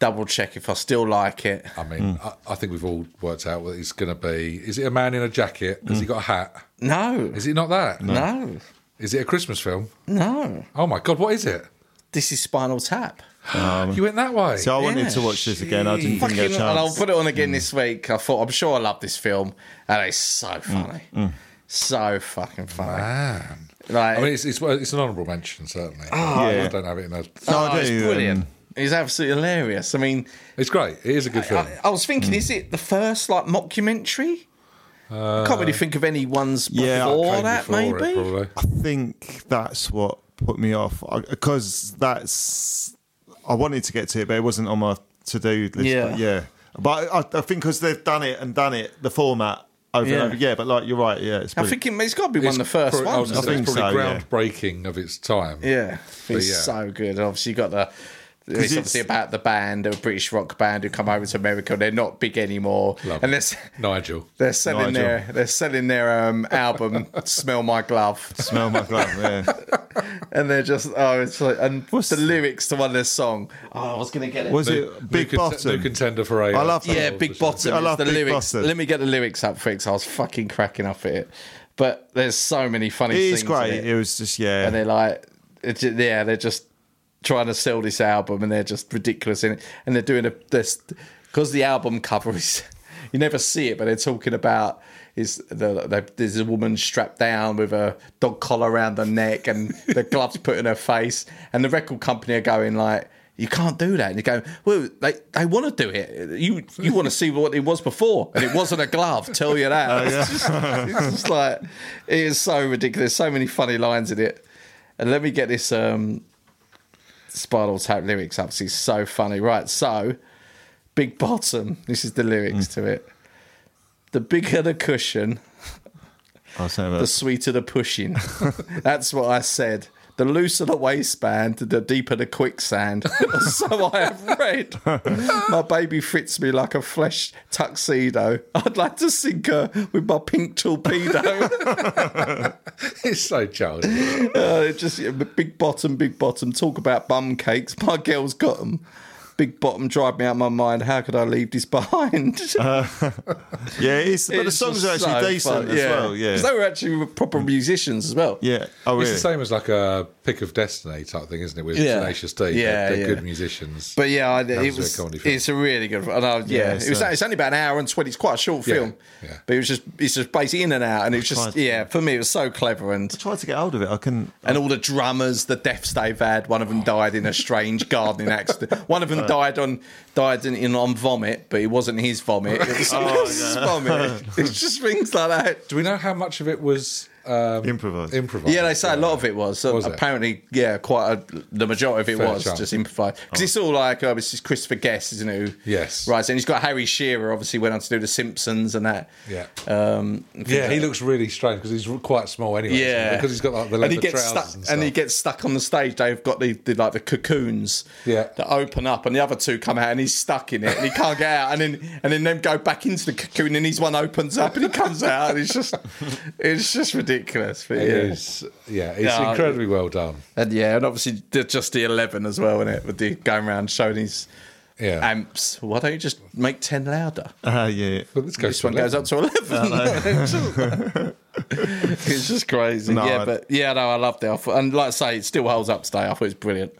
double check if I still like it.
I mean,
Hmm.
I, I think we've all worked out what it's going to be. Is it a man in a jacket? Has he got a hat?
No,
Is it not that?
Hmm. no,
Is it a Christmas film?
no.
Oh my god, what is it?
This is Spinal Tap.
you went that way.
So Um, I wanted
Yeah.
to watch this again. I didn't
Fucking,
get a
and I'll
chance.
put it on again
Hmm.
this week. I thought I'm sure I love this film, and it's
Hmm.
so funny, so fucking funny.
Man.
Like,
I mean, it's, it's it's an honourable mention certainly.
Ah.
yeah.
I don't have it in a.
No,
oh,
I
it's
do,
brilliant.
um,
it's absolutely hilarious. I mean,
It's great. It is a good film.
I, I was
Mm.
thinking, is it the first like mockumentary? I can't really think of any ones before
Uh, yeah, I
Came
that,
before it,
maybe.
probably.
I think that's what put me off because that's I wanted to get to it, but it wasn't on my to do list.
Yeah.
but, yeah. But I, I think because they've done it and done it, the format over
Yeah.
and over. Yeah, but like you're right. Yeah, it's uh,
I
brilliant.
think it, it's got to be one of the first
probably, I was
ones.
gonna say,
I
it's
think
probably
so, yeah.
groundbreaking of its time.
Yeah, it's
yeah.
so good. Obviously, you got the. It's,
it's-
obviously about the band, a British rock band who come over to America.
Oh,
and They're not big anymore,
Love
and
it.
they're, s-
Nigel.
they're selling
Nigel.
their they're selling their um, album "Smell My Glove,"
smell my glove. Yeah,
and they're just oh, it's like and
What's-
the lyrics to one of their song. Oh, I was gonna get it.
was
New-
it big
new cont-
bottom?
new contender for AO.
I love that.
yeah, Big Bottom.
I
is
love
the
Big
lyrics.
Bottom.
Let me get the lyrics up for it. 'cause I was fucking cracking up at it. But there's so many funny.
It
things
is
in
great.
it.
It was just yeah.
and they're like, it's, yeah, they're just trying to sell this album, and they're just ridiculous in it. And they're doing a this because the album cover is you never see it, but they're talking about is the, the there's a woman strapped down with a dog collar around her neck and the gloves put in her face, and the record company are going like. You can't do that. And you go, well, they, they want to do it. You you want to see what it was before, and it wasn't a glove. Tell you that. It's just- it's just like it is so ridiculous. So many funny lines in it. And let me get this um Spinal Tap lyrics up. 'cause It's so funny. Right, so Big Bottom. This is the lyrics to it. The bigger the cushion,
I'll say
the
that.
sweeter the pushing. That's what I said. The looser the waistband, the deeper the quicksand. so I have read. My baby fits me like a flesh tuxedo. I'd like to sink her with my pink torpedo.
It's so childish.
Uh, it just yeah, but big bottom, big bottom. Talk about bum cakes. My girl's got them. Big bottom drive me out my mind. How could I leave this behind?
Yeah, it is, but Uh, the
It's
songs are
just
actually
so
decent
fun,
as well.
'Cause
Yeah, Mm.
they were actually proper musicians as well.
yeah. Oh,
It's
really?
the same as like a pick of destiny type thing, isn't it? With
Yeah.
Tenacious
Yeah,
D. they're they're
yeah.
good musicians.
But yeah, I, it
was a
was.
comedy film.
It's a really good. And I, yeah, it was.
so-
It's only about an hour and twenty. It's quite a short
Yeah,
film.
yeah.
But it was just. It's just basically in and out, and it was just.
tried to-
Yeah, for me, it was so clever and.
Tried to get hold of it. I couldn't.
And all the drummers, the deaths they've had. One of them died in a strange gardening accident. One of them died on died in, in on vomit, but it wasn't his vomit. It was someone else's vomit. It's just things like that.
Do we know how much of it was uh,
Um,
Improvised.
improvised.
Yeah, they say a lot of it was. So
Was it?
apparently, yeah, quite a, the majority of it
Fair
was
chunk.
just improvised because it's all like oh, it's just Christopher Guest, isn't it? who-
Yes.
right. And he's got Harry Shearer. Obviously, went on to do The Simpsons and that.
Yeah.
Um, I think
Yeah, he
that-
looks really strange because he's quite small anyway. isn't he?
Yeah,
because he's got like the leather
and he gets
trousers
stuck,
and
and,
stuff.
he gets stuck on the stage. They've got the, the like the cocoons,
Yeah.
that open up, and the other two come out, and he's stuck in it, and he can't get out. And then and then them go back into the cocoon, and his one opens up, and he comes out, and it's just it's just ridiculous. But
It
yeah.
is- yeah, it's
No,
incredibly well done.
And yeah, and obviously did just the eleven as well, innit? With the going around showing his
Yeah.
amps. Why don't you just make ten louder?
Ah, yeah.
But this goes
This one
to 11.
goes up to eleven. it's just crazy.
No,
yeah,
I-
but yeah, no, I loved it. I thought, and like I say, it still holds up today. I thought it's brilliant.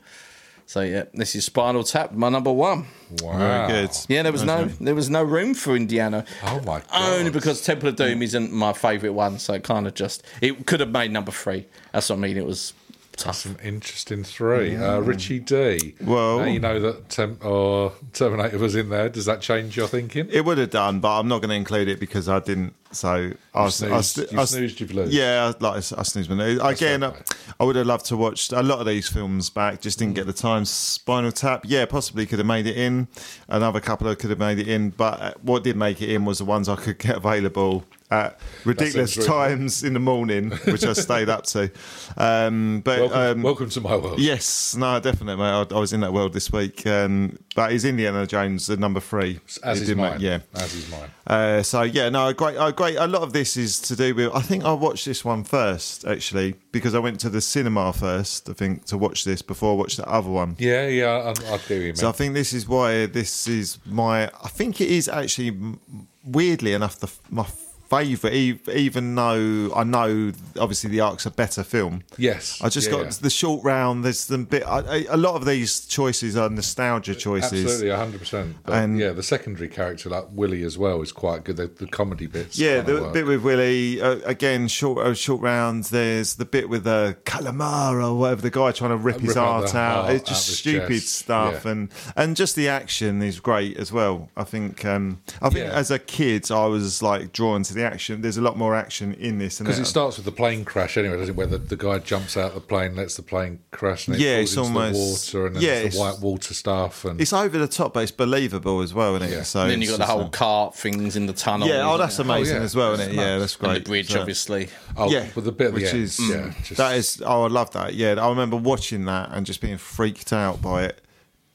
So yeah, this is Spinal Tap, my number one.
Wow.
Very good.
Yeah, there was no there was no room for Indiana.
Oh my god.
Only because Temple of Doom isn't my favourite one, so it kind of just it could have made number three. That's what I mean. It was tough.
Some interesting three. Uh,
Mm.
Richie D.
Whoa.
Now you know that Tem- or Terminator was in there. Does that change your thinking?
It would have done, but I'm not going to include it because I didn't. So I was, I
snoozed- you snoozed, you've lost.
Yeah, I- like I s- I snoozed my nose. Again, I,
okay.
I would have loved to watch a lot of these films back. Just didn't
Mm.
get the time. Spinal Tap, yeah, possibly could have made it in. Another couple I could have made it in, but uh, what did make it in was the ones I could get available at ridiculous
reasonable.
times in the morning, which I stayed up to. Um, but
Welcome,
um,
welcome to my world.
Yes, no, definitely, mate. I, I was in that world this week. Um, but is Indiana Jones the number three?
As
It
is
did
mine.
make- yeah.
As is mine.
Uh, so yeah, no, great, uh, great. A lot of this is to do with. I think I watched this one first actually because I went to the cinema first. I think to watch this before I watched the other one.
Yeah, yeah, I, I do.
So I think this is why this is my. I think it is actually m- weirdly enough the my favorite. Even though I know obviously the arc's a better film.
Yes,
I just
yeah,
got
yeah.
the short round. There's the bit. I, I, a lot of these choices are nostalgia choices.
Absolutely, hundred percent.
And-
And yeah, the secondary character like Willie as well is quite good. The, the comedy bits,
Yeah,
kinda
the
work.
bit with Willie uh, again. Short uh, short rounds. There's the bit with the calamara or whatever. The guy trying to rip, his
Rip out
heart
the
out.
heart
It's just
out his
stupid
chest.
stuff,
Yeah.
and and just the action is great as well. I think um, I think
Yeah.
as a kid I was like drawn to the action. There's a lot more action in this, and
Because it starts with the plane crash anyway, doesn't it? Where the, the guy jumps out of the plane, lets the plane crash, and it
Yeah,
falls
it's
into
almost-
the water, and then
yeah,
it's the
it's-
white water stuff, and
it's over the top, but it's believable as well, isn't it?
Yeah.
So
And then you
it's
got the
just
whole
a-
cart things in the tunnel.
yeah, oh, that's amazing
yeah.
as well, isn't it?
It's
Yeah,
nuts.
that's
And
great.
the bridge,
So-
obviously.
oh, with the bit at the
which
end,
is
yeah, just-
that is oh I love that yeah I remember watching that and just being freaked out by it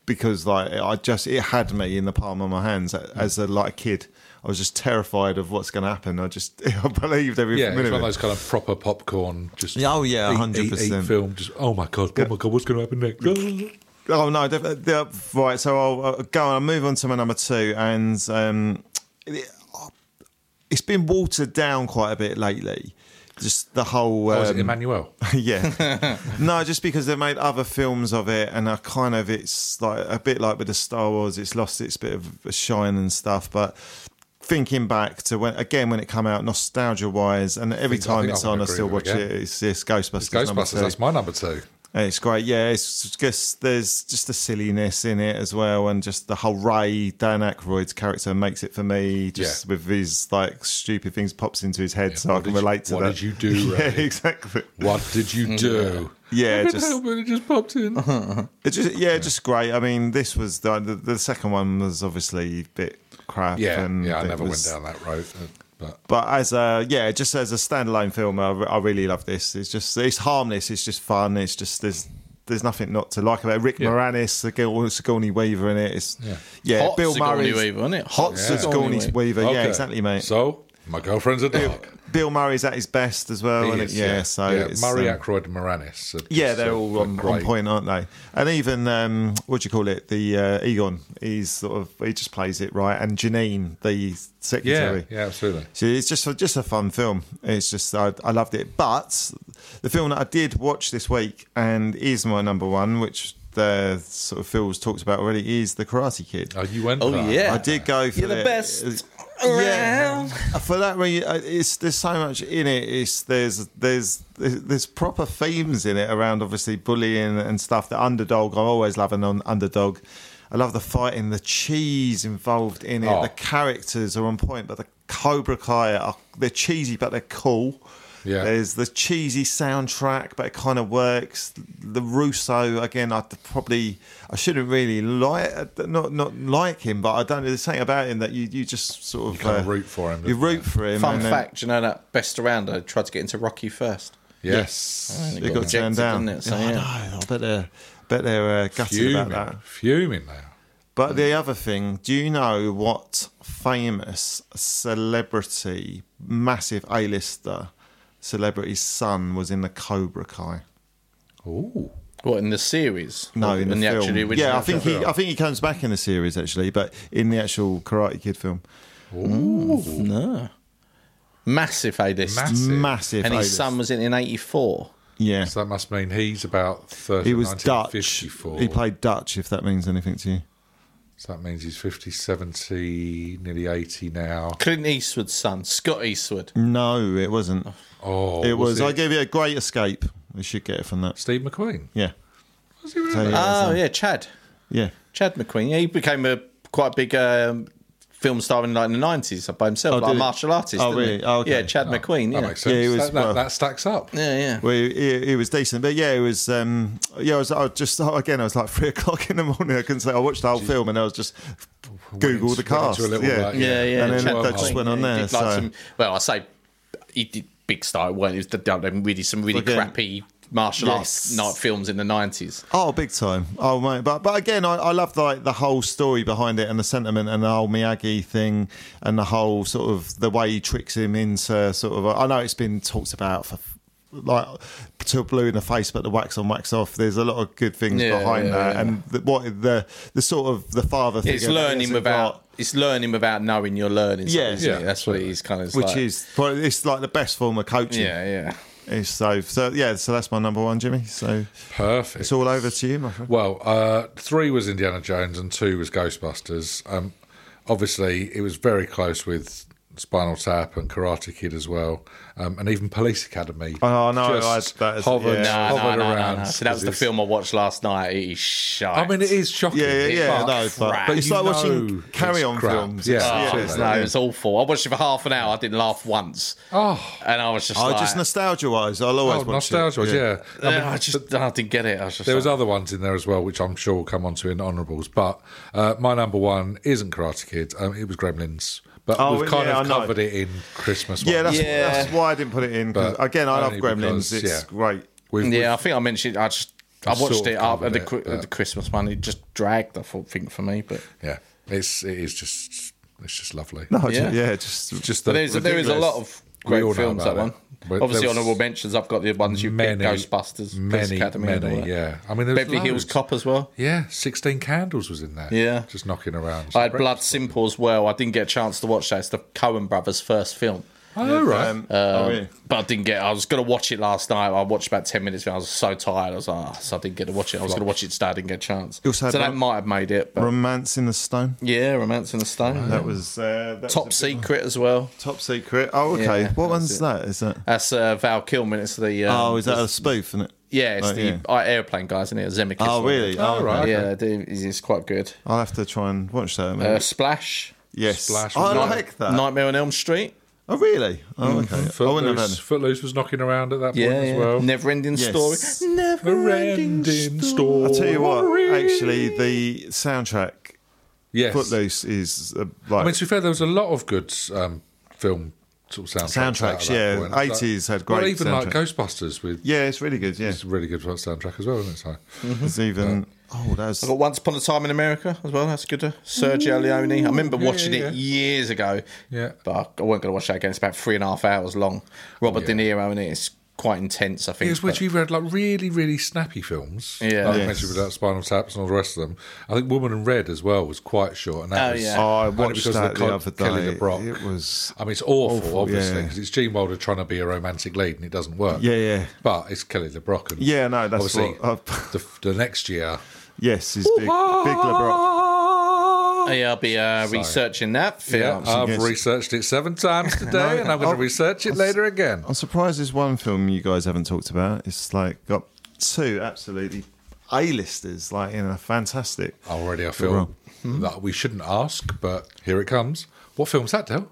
because like I just it had me in the palm of my hands
Mm.
as a like a kid I was just terrified of what's going to happen I just I believed every
yeah, it's one
minute
of
of it.
those kind of proper popcorn, just
Yeah, oh, yeah,
eat- eat-
100%.
eat film, just oh my god, oh my god, what's going to happen next?
oh no def- yeah, right so I'll, I'll go on I'll move on to my number two and um it, has been watered down quite a bit lately just the whole
Oh, is it
um,
Emmanuel?
yeah. no, just because they made other films of it, and I kind of it's like a bit like with the Star Wars, it's lost its bit of shine and stuff. But thinking back to when again when it came out, nostalgia wise, and every
think- I
time
think
it's
I would
on, I
agree
still
with
watch
you,
it. It's, it's Ghostbusters. number
Ghostbusters.
two.
That's my number two.
And It's great, yeah. It's just there's just the silliness in it as well, and just the whole Ray Dan Aykroyd's character makes it for me. Just
Yeah.
with his like stupid things pops into his head, so I
What did
can
you-
relate to
what
that.
did you do,
Yeah,
Ray?
exactly.
What did you do?
Yeah,
I couldn't
just-
help it. It just popped in.
It just yeah, just great. I mean, this was the the, the second one was obviously a bit crap.
yeah,
and
yeah. I
it
never
was-
went down that road, uh, but
But as a yeah, just as a standalone film, I, re- I really love this. It's just it's harmless. It's just fun. It's just there's there's nothing not to like about it. Rick
Yeah.
Moranis, the girl Sigourney Weaver in it. It's yeah,
Yeah.
Hot
Bill
Sigourney
Murray's
Weaver, isn't it?
Hot
Yeah.
Sigourney
Sigourney
Weaver. Yeah,
Okay.
exactly, mate.
So my girlfriend's a dog.
Bill Murray's at his best as Oh, well.
He
isn't
is,
it? yeah, so it's,
Murray,
um,
Ackroyd, and Moranis. are
Yeah,
just,
they're
uh,
all
are
on, on
great.
point, aren't they? And even um, what do you call it? The uh, Egon, he's sort of he just plays it right, and Janine, the
Yeah,
secretary.
yeah, absolutely.
So it's just a, just a fun film. It's just I, I loved it. But the film that I did watch this week and is my number one, which the sort of Phil's talked about already, is the Karate Kid.
Oh, you went.
Oh,
for that.
yeah.
I did go for
You're the best
Yeah,
around.
for that reason, uh, it's there's so much in it. It's there's there's there's proper themes in it around obviously bullying and stuff. The underdog, I always love an un- underdog. I love the fighting, the cheese involved in it.
Oh.
The characters are on point, but the Cobra Kai are they're cheesy but they're cool.
Yeah.
There's the cheesy soundtrack, but it kind of works. The Russo again, I probably I shouldn't really like uh, not not like him, but I don't know. There's something about him that you, you just sort of uh,
You kinda root for him,
You
don't you?
root for him.
Fun
and then
fact, you know that best around. I tried to get into Rocky first.
Yes.
And
it got
rejected,
turned down.
didn't it? So,
Oh, I
yeah.
know. I bet they're bet they're uh, gutted about that.
Fuming. Fuming now.
But the other thing, do you know what famous celebrity, massive A-lister celebrity's son was in the Cobra Kai?
Ooh.
What in the series?
No,
Or
in the,
actual
film.
original
yeah, I think
film?
he, I think he comes back in the series actually, but in the actual Karate Kid film,
no. Massive A list.
Massive.
massive.
and his
A-list.
son was in in '84.
yeah,
So that must mean he's about 30.
he was Dutch.
1954.
He played Dutch, if that means anything to you.
So that means he's 50, 70, nearly 80 now.
Clint Eastwood's son, Scott Eastwood.
No, it wasn't.
Oh,
it was. I gave you a great escape. We should get it from that.
Steve McQueen.
Yeah,
Was he really?
So, yeah.
Oh yeah, Chad,
yeah.
Chad McQueen. Yeah, he became a quite a big um, film star in like the '90s by himself,
Oh,
like
did
a
he?
martial artist.
Oh,
didn't
really?
he?
Oh, okay.
Yeah, Chad McQueen. Yeah.
That makes
Yeah,
sense.
he was-
that, that-
well-
that stacks up.
yeah, yeah.
Well, it, it, it was decent, but yeah, it was. Um, yeah, I was, I was just again. I was like three o'clock in the morning. I couldn't say. I watched the whole film, and I was just Google the
Went into a
cast.
little
yeah.
like-
Yeah, yeah.
And then
Chad
that just
McQueen,
went on
yeah, he
there.
did, like,
so-
some- well, I say he did big star, weren't he? It was the, really some really
Again.
crappy martial arts
Yes.
night films in the nineties.
Oh, big time! Oh, mate, but but again, I, I love like the whole story behind it and the sentiment and the whole Miyagi thing and the whole sort of the way he tricks him into sort of. I know it's been talked about for like till blue in the face, but the wax on, wax off. There's a lot of good things
Yeah,
behind
yeah,
that,
yeah.
and the, what the the sort of the father.
It's
figure that he
learning
hasn't
without
got.
it's learning without knowing you're learning. something,
Yeah.
isn't it?
Yeah.
that's what it is. Kind of, it's
which
like-
is but it's like the best form of coaching.
yeah, yeah.
It's so so yeah. So that's my number one, Jimmy. So
Perfect.
it's all over to you, my friend.
Well, uh, three was Indiana Jones and two was Ghostbusters. Um, obviously, it was very close with Spinal Tap and Karate Kid as well, um, and even Police Academy.
Oh, no,
just
I- that is-
hovered,
yeah.
No, no,
hovered
no, no,
around.
no. So that was the
'cause it's-
film I watched last night. It is shite.
I mean, it is shocking.
Yeah, yeah, yeah.
but-
no, but,
crap.
but it's
you
like
know
watching Carry
it's
On
crap.
films.
Yeah.
It's-
Oh,
Oh,
it's
no,
like-
it was awful. I watched it for half an hour. I didn't laugh once.
Oh.
and I was just
I
like,
just nostalgia wise, I'll always
Oh,
watch
nostalgia,
it.
yeah.
Uh, I just I didn't get it. I was just
There was
like,
other ones in there as well, which I'm sure we'll come on to in honourables. But uh, my number one isn't Karate Kid. Um, it was Gremlins. But
Oh,
we've kind
yeah,
of
I know.
covered it in Christmas.
Yeah,
one.
that's,
Yeah.
that's why I didn't put it in. 'cause
But
again, I love
only
Gremlins.
because,
It's
yeah.
great.
We've, we've-
yeah. I think I mentioned. I just I
I've
watched
sort of
it up at
covered
the,
it,
Chri-
but-
the Christmas one. It just dragged. I thought thing for me, but
yeah. It's it is just it's just lovely.
No, yeah,
Yeah.
just, yeah just
Just the
But there's, there is a lot of
We all
great
know
films. That
about
one,
it. But
obviously,
there was
honourable mentions. I've got the ones you picked:
many-
Ghostbusters, Police
many,
Academy, and all
many,
that.
yeah. I mean, there's
Beverly Hills
loads.
Cop as well.
Yeah, sixteen candles was in there.
Yeah.
just knocking around.
I had Blood Simple as well. I didn't get a chance to watch that. It's the Cohen brothers' first film.
Oh right.
Uh,
Um, oh, really?
But I didn't get. I was going to watch it last night. I watched about ten minutes. Of it. I was so tired. I was like, oh, so I didn't get to watch it. I was going to watch it today. I didn't get a chance.
also
so
had
that
Rom-
might have made it. But
Romance in the Stone.
yeah, Romance in the Stone.
That was uh, that was a
Top
bit-
Secret as well.
Top secret. Oh, okay.
Yeah,
what
that's it.
one's that? Is that?
That's uh, Val Kilmer. It's the um,
oh, is that a spoof? Isn't it?
yeah, it's
Like,
the
yeah.
uh, airplane guys, isn't it? Zemeckis.
Oh,
one.
really? Oh,
Oh, right.
okay.
Yeah, it is- it's quite good.
I'll have to try and watch that. maybe.
Uh, Splash.
yes. Oh,
Splash
I
was nice.
like that.
Nightmare on Elm Street.
Oh, really? Oh, okay. I wouldn't have known.
Mm, Footloose, Footloose was knocking around at that point
Yeah,
as
yeah.
well.
Never Ending
Yes.
Story. Never
Never-ending story.
I'll tell you what. Actually, the soundtrack
Yes.
Footloose is uh, like
I mean, to be fair, there was a lot of good um, film sort of soundtracks.
Soundtracks,
out at that
yeah.
point. Like-
80s had
Well,
great
even like
soundtracks.
Ghostbusters with
yeah, it's really good. Yeah,
it's a really good soundtrack as well, isn't it? So,
it's even. Oh, that was
I've got Once Upon a Time in America as well. That's good. uh, Sergio Leone. I remember watching
yeah,
it years ago.
Yeah.
But I I wasn't going to watch that again. It's about three and a half hours long. Robert De Niro in it. It's quite intense, I think.
It's
but-
which you've had like really, really snappy films.
Yeah.
like I
Yes.
mentioned without Spinal Taps and all the rest of them. I think Woman in Red as well was quite short. And that
Oh,
was
yeah.
Oh, I
only
watched
because
that
of
the,
Col-
other day.
Kelly LeBrock.
It was.
I mean, it's awful,
Awful,
obviously,
yeah.
because it's Gene Wilder trying to be a romantic lead and it doesn't work.
Yeah, yeah.
But it's Kelly LeBrock. And
Yeah, no, that's
obviously
what I've-
the, the next year.
Yes, it's big, big LeBrock.
Yeah, I'll be uh, researching that
Yeah,
film.
I've
guess-
researched it seven times today, and I'm going
I'll-
to research it later again.
I'm surprised there's one film you guys haven't talked about. It's like got two absolutely A-listers, like in a fantastic.
Already, I feel
wrong.
that we shouldn't ask, but here it comes. What film's that, Del?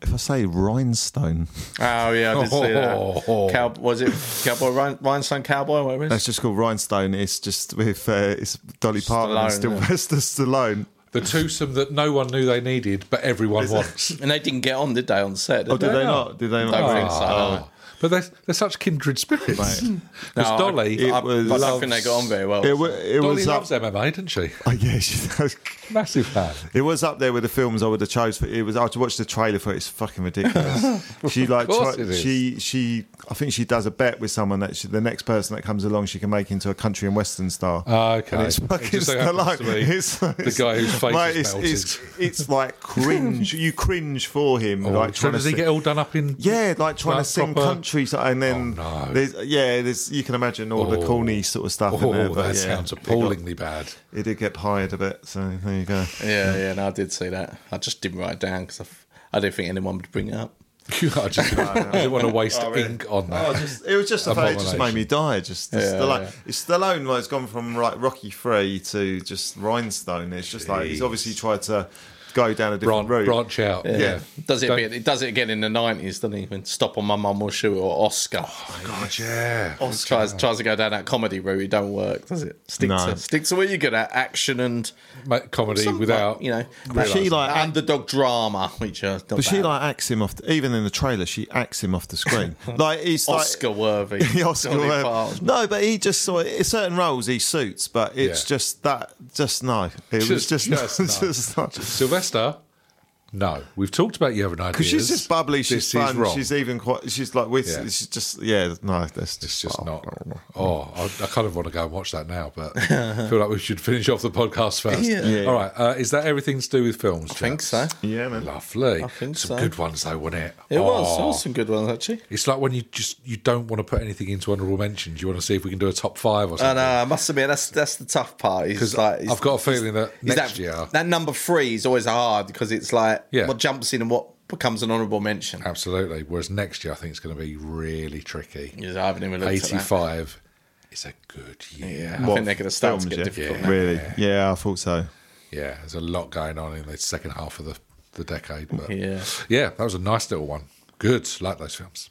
if I say rhinestone,
Oh yeah, I did see
Oh.
that. Cow- was it Cowboy Rhin- Rhinestone Cowboy? Whatever it
that's
is.
just called rhinestone. It's just with uh, it's Dolly Parton and
Stallone,
Sylvester Stallone.
The twosome that no one knew they needed, but everyone wants.
And they didn't get on, did they? On set? Did
Oh, did
they?
they not? Did they not?
Don't think so.
Oh. But they're, they're such kindred spirits. Because
No, I-
Dolly,
It
I,
was-
I don't think they got on very well.
It, wa- it
Dolly
was up.
loves MMA, didn't she?
I guess
Massive fan.
it was up there with the films I would have chose. For it was I watched the trailer for it. It's fucking ridiculous. she like
Of course it is.
she she. I think she does a bet with someone that she, the next person that comes along she can make into a country and western star.
Ah, okay.
And it's
It
fucking
just so happens to
Stallone.
be
It's-
the
it's-
guy whose face
mate,
is
it's, it's,
melted.
it's like cringe. You cringe for him.
Oh,
like
so
trying to
does he
sing-
get all done up in?
Yeah, like trying
Like
to sing
proper-
country, so- and then
Oh, no.
there's, yeah, there's you can imagine all the
Oh.
corny sort of stuff.
Oh,
in there, but
that
yeah,
sounds
it got-
appallingly bad.
It did get pied a bit, so there you go.
Yeah, yeah, no, I did see that. I just didn't write it down because I, f- I didn't think anyone would bring it up.
I just I didn't want to waste ink on that.
Oh, just, it was just the fact it just
Abomination.
made me die. Just the
Yeah,
Stallone,
yeah.
it's Stallone like, has gone from right Rocky Three to just Rhinestone. It's just like he's
Jeez.
obviously tried to go down a different
Branch,
route.
branch out. Yeah.
Does it?
Don't-
be- It does it again in the nineties, doesn't he? When Stop on My Mum Will Shoot or Oscar
God, yeah.
tries tries to go down that comedy route, it don't work, does it? Stick
No.
to stick to where you're good at action and
Make comedy
some,
without
like, you know
But she, like, act-
underdog drama, which are not
But she
bad.
like acts him off. The, even in the trailer, she acts him off the screen. like it's like-
Oscar worthy,
the Oscar
Dolly
word.
Parton.
No, but he just saw it. certain roles he suits, but it's
Yeah.
just that. Just no. It was
Just-
just
just
just,
no.
not.
Sylvester. No, we've talked about you having ideas.
Because she's just bubbly.
This is
She's fun.
wrong.
She's even quite. She's like with.
Yeah.
She's just yeah. No, that's just
It's just
oh,
not.
I don't know.
Oh, I, I kind of want to go and watch that now, but I feel like we should finish off the podcast first.
Yeah. Yeah.
All right. Uh, is that everything to do with films? I
think so.
Yeah, man.
Lovely.
think
some
so.
good ones though, wasn't it?
It was. There
Oh.
was some good ones actually.
It's like when you just you don't want to put anything into honourable mentions. You want to see if we can do a top five or
And
something.
uh, I must admit, that's that's the tough part. Because like, it's-
I've got a feeling that
Is
next
that,
year,
that number three is always hard because it's like
Yeah.
what jumps in and what becomes an honourable mention.
absolutely. Whereas next year, I think it's going to be really tricky.
Yes, I haven't even looked at that.
Eighty-five is a good year.
I think they're going to start to
films,
get
yeah?
difficult.
Yeah.
now.
Really? Yeah, I thought so.
yeah, there's a lot going on in the second half of the, the decade. But
Yeah.
yeah, that was a nice little one. Good, like those films.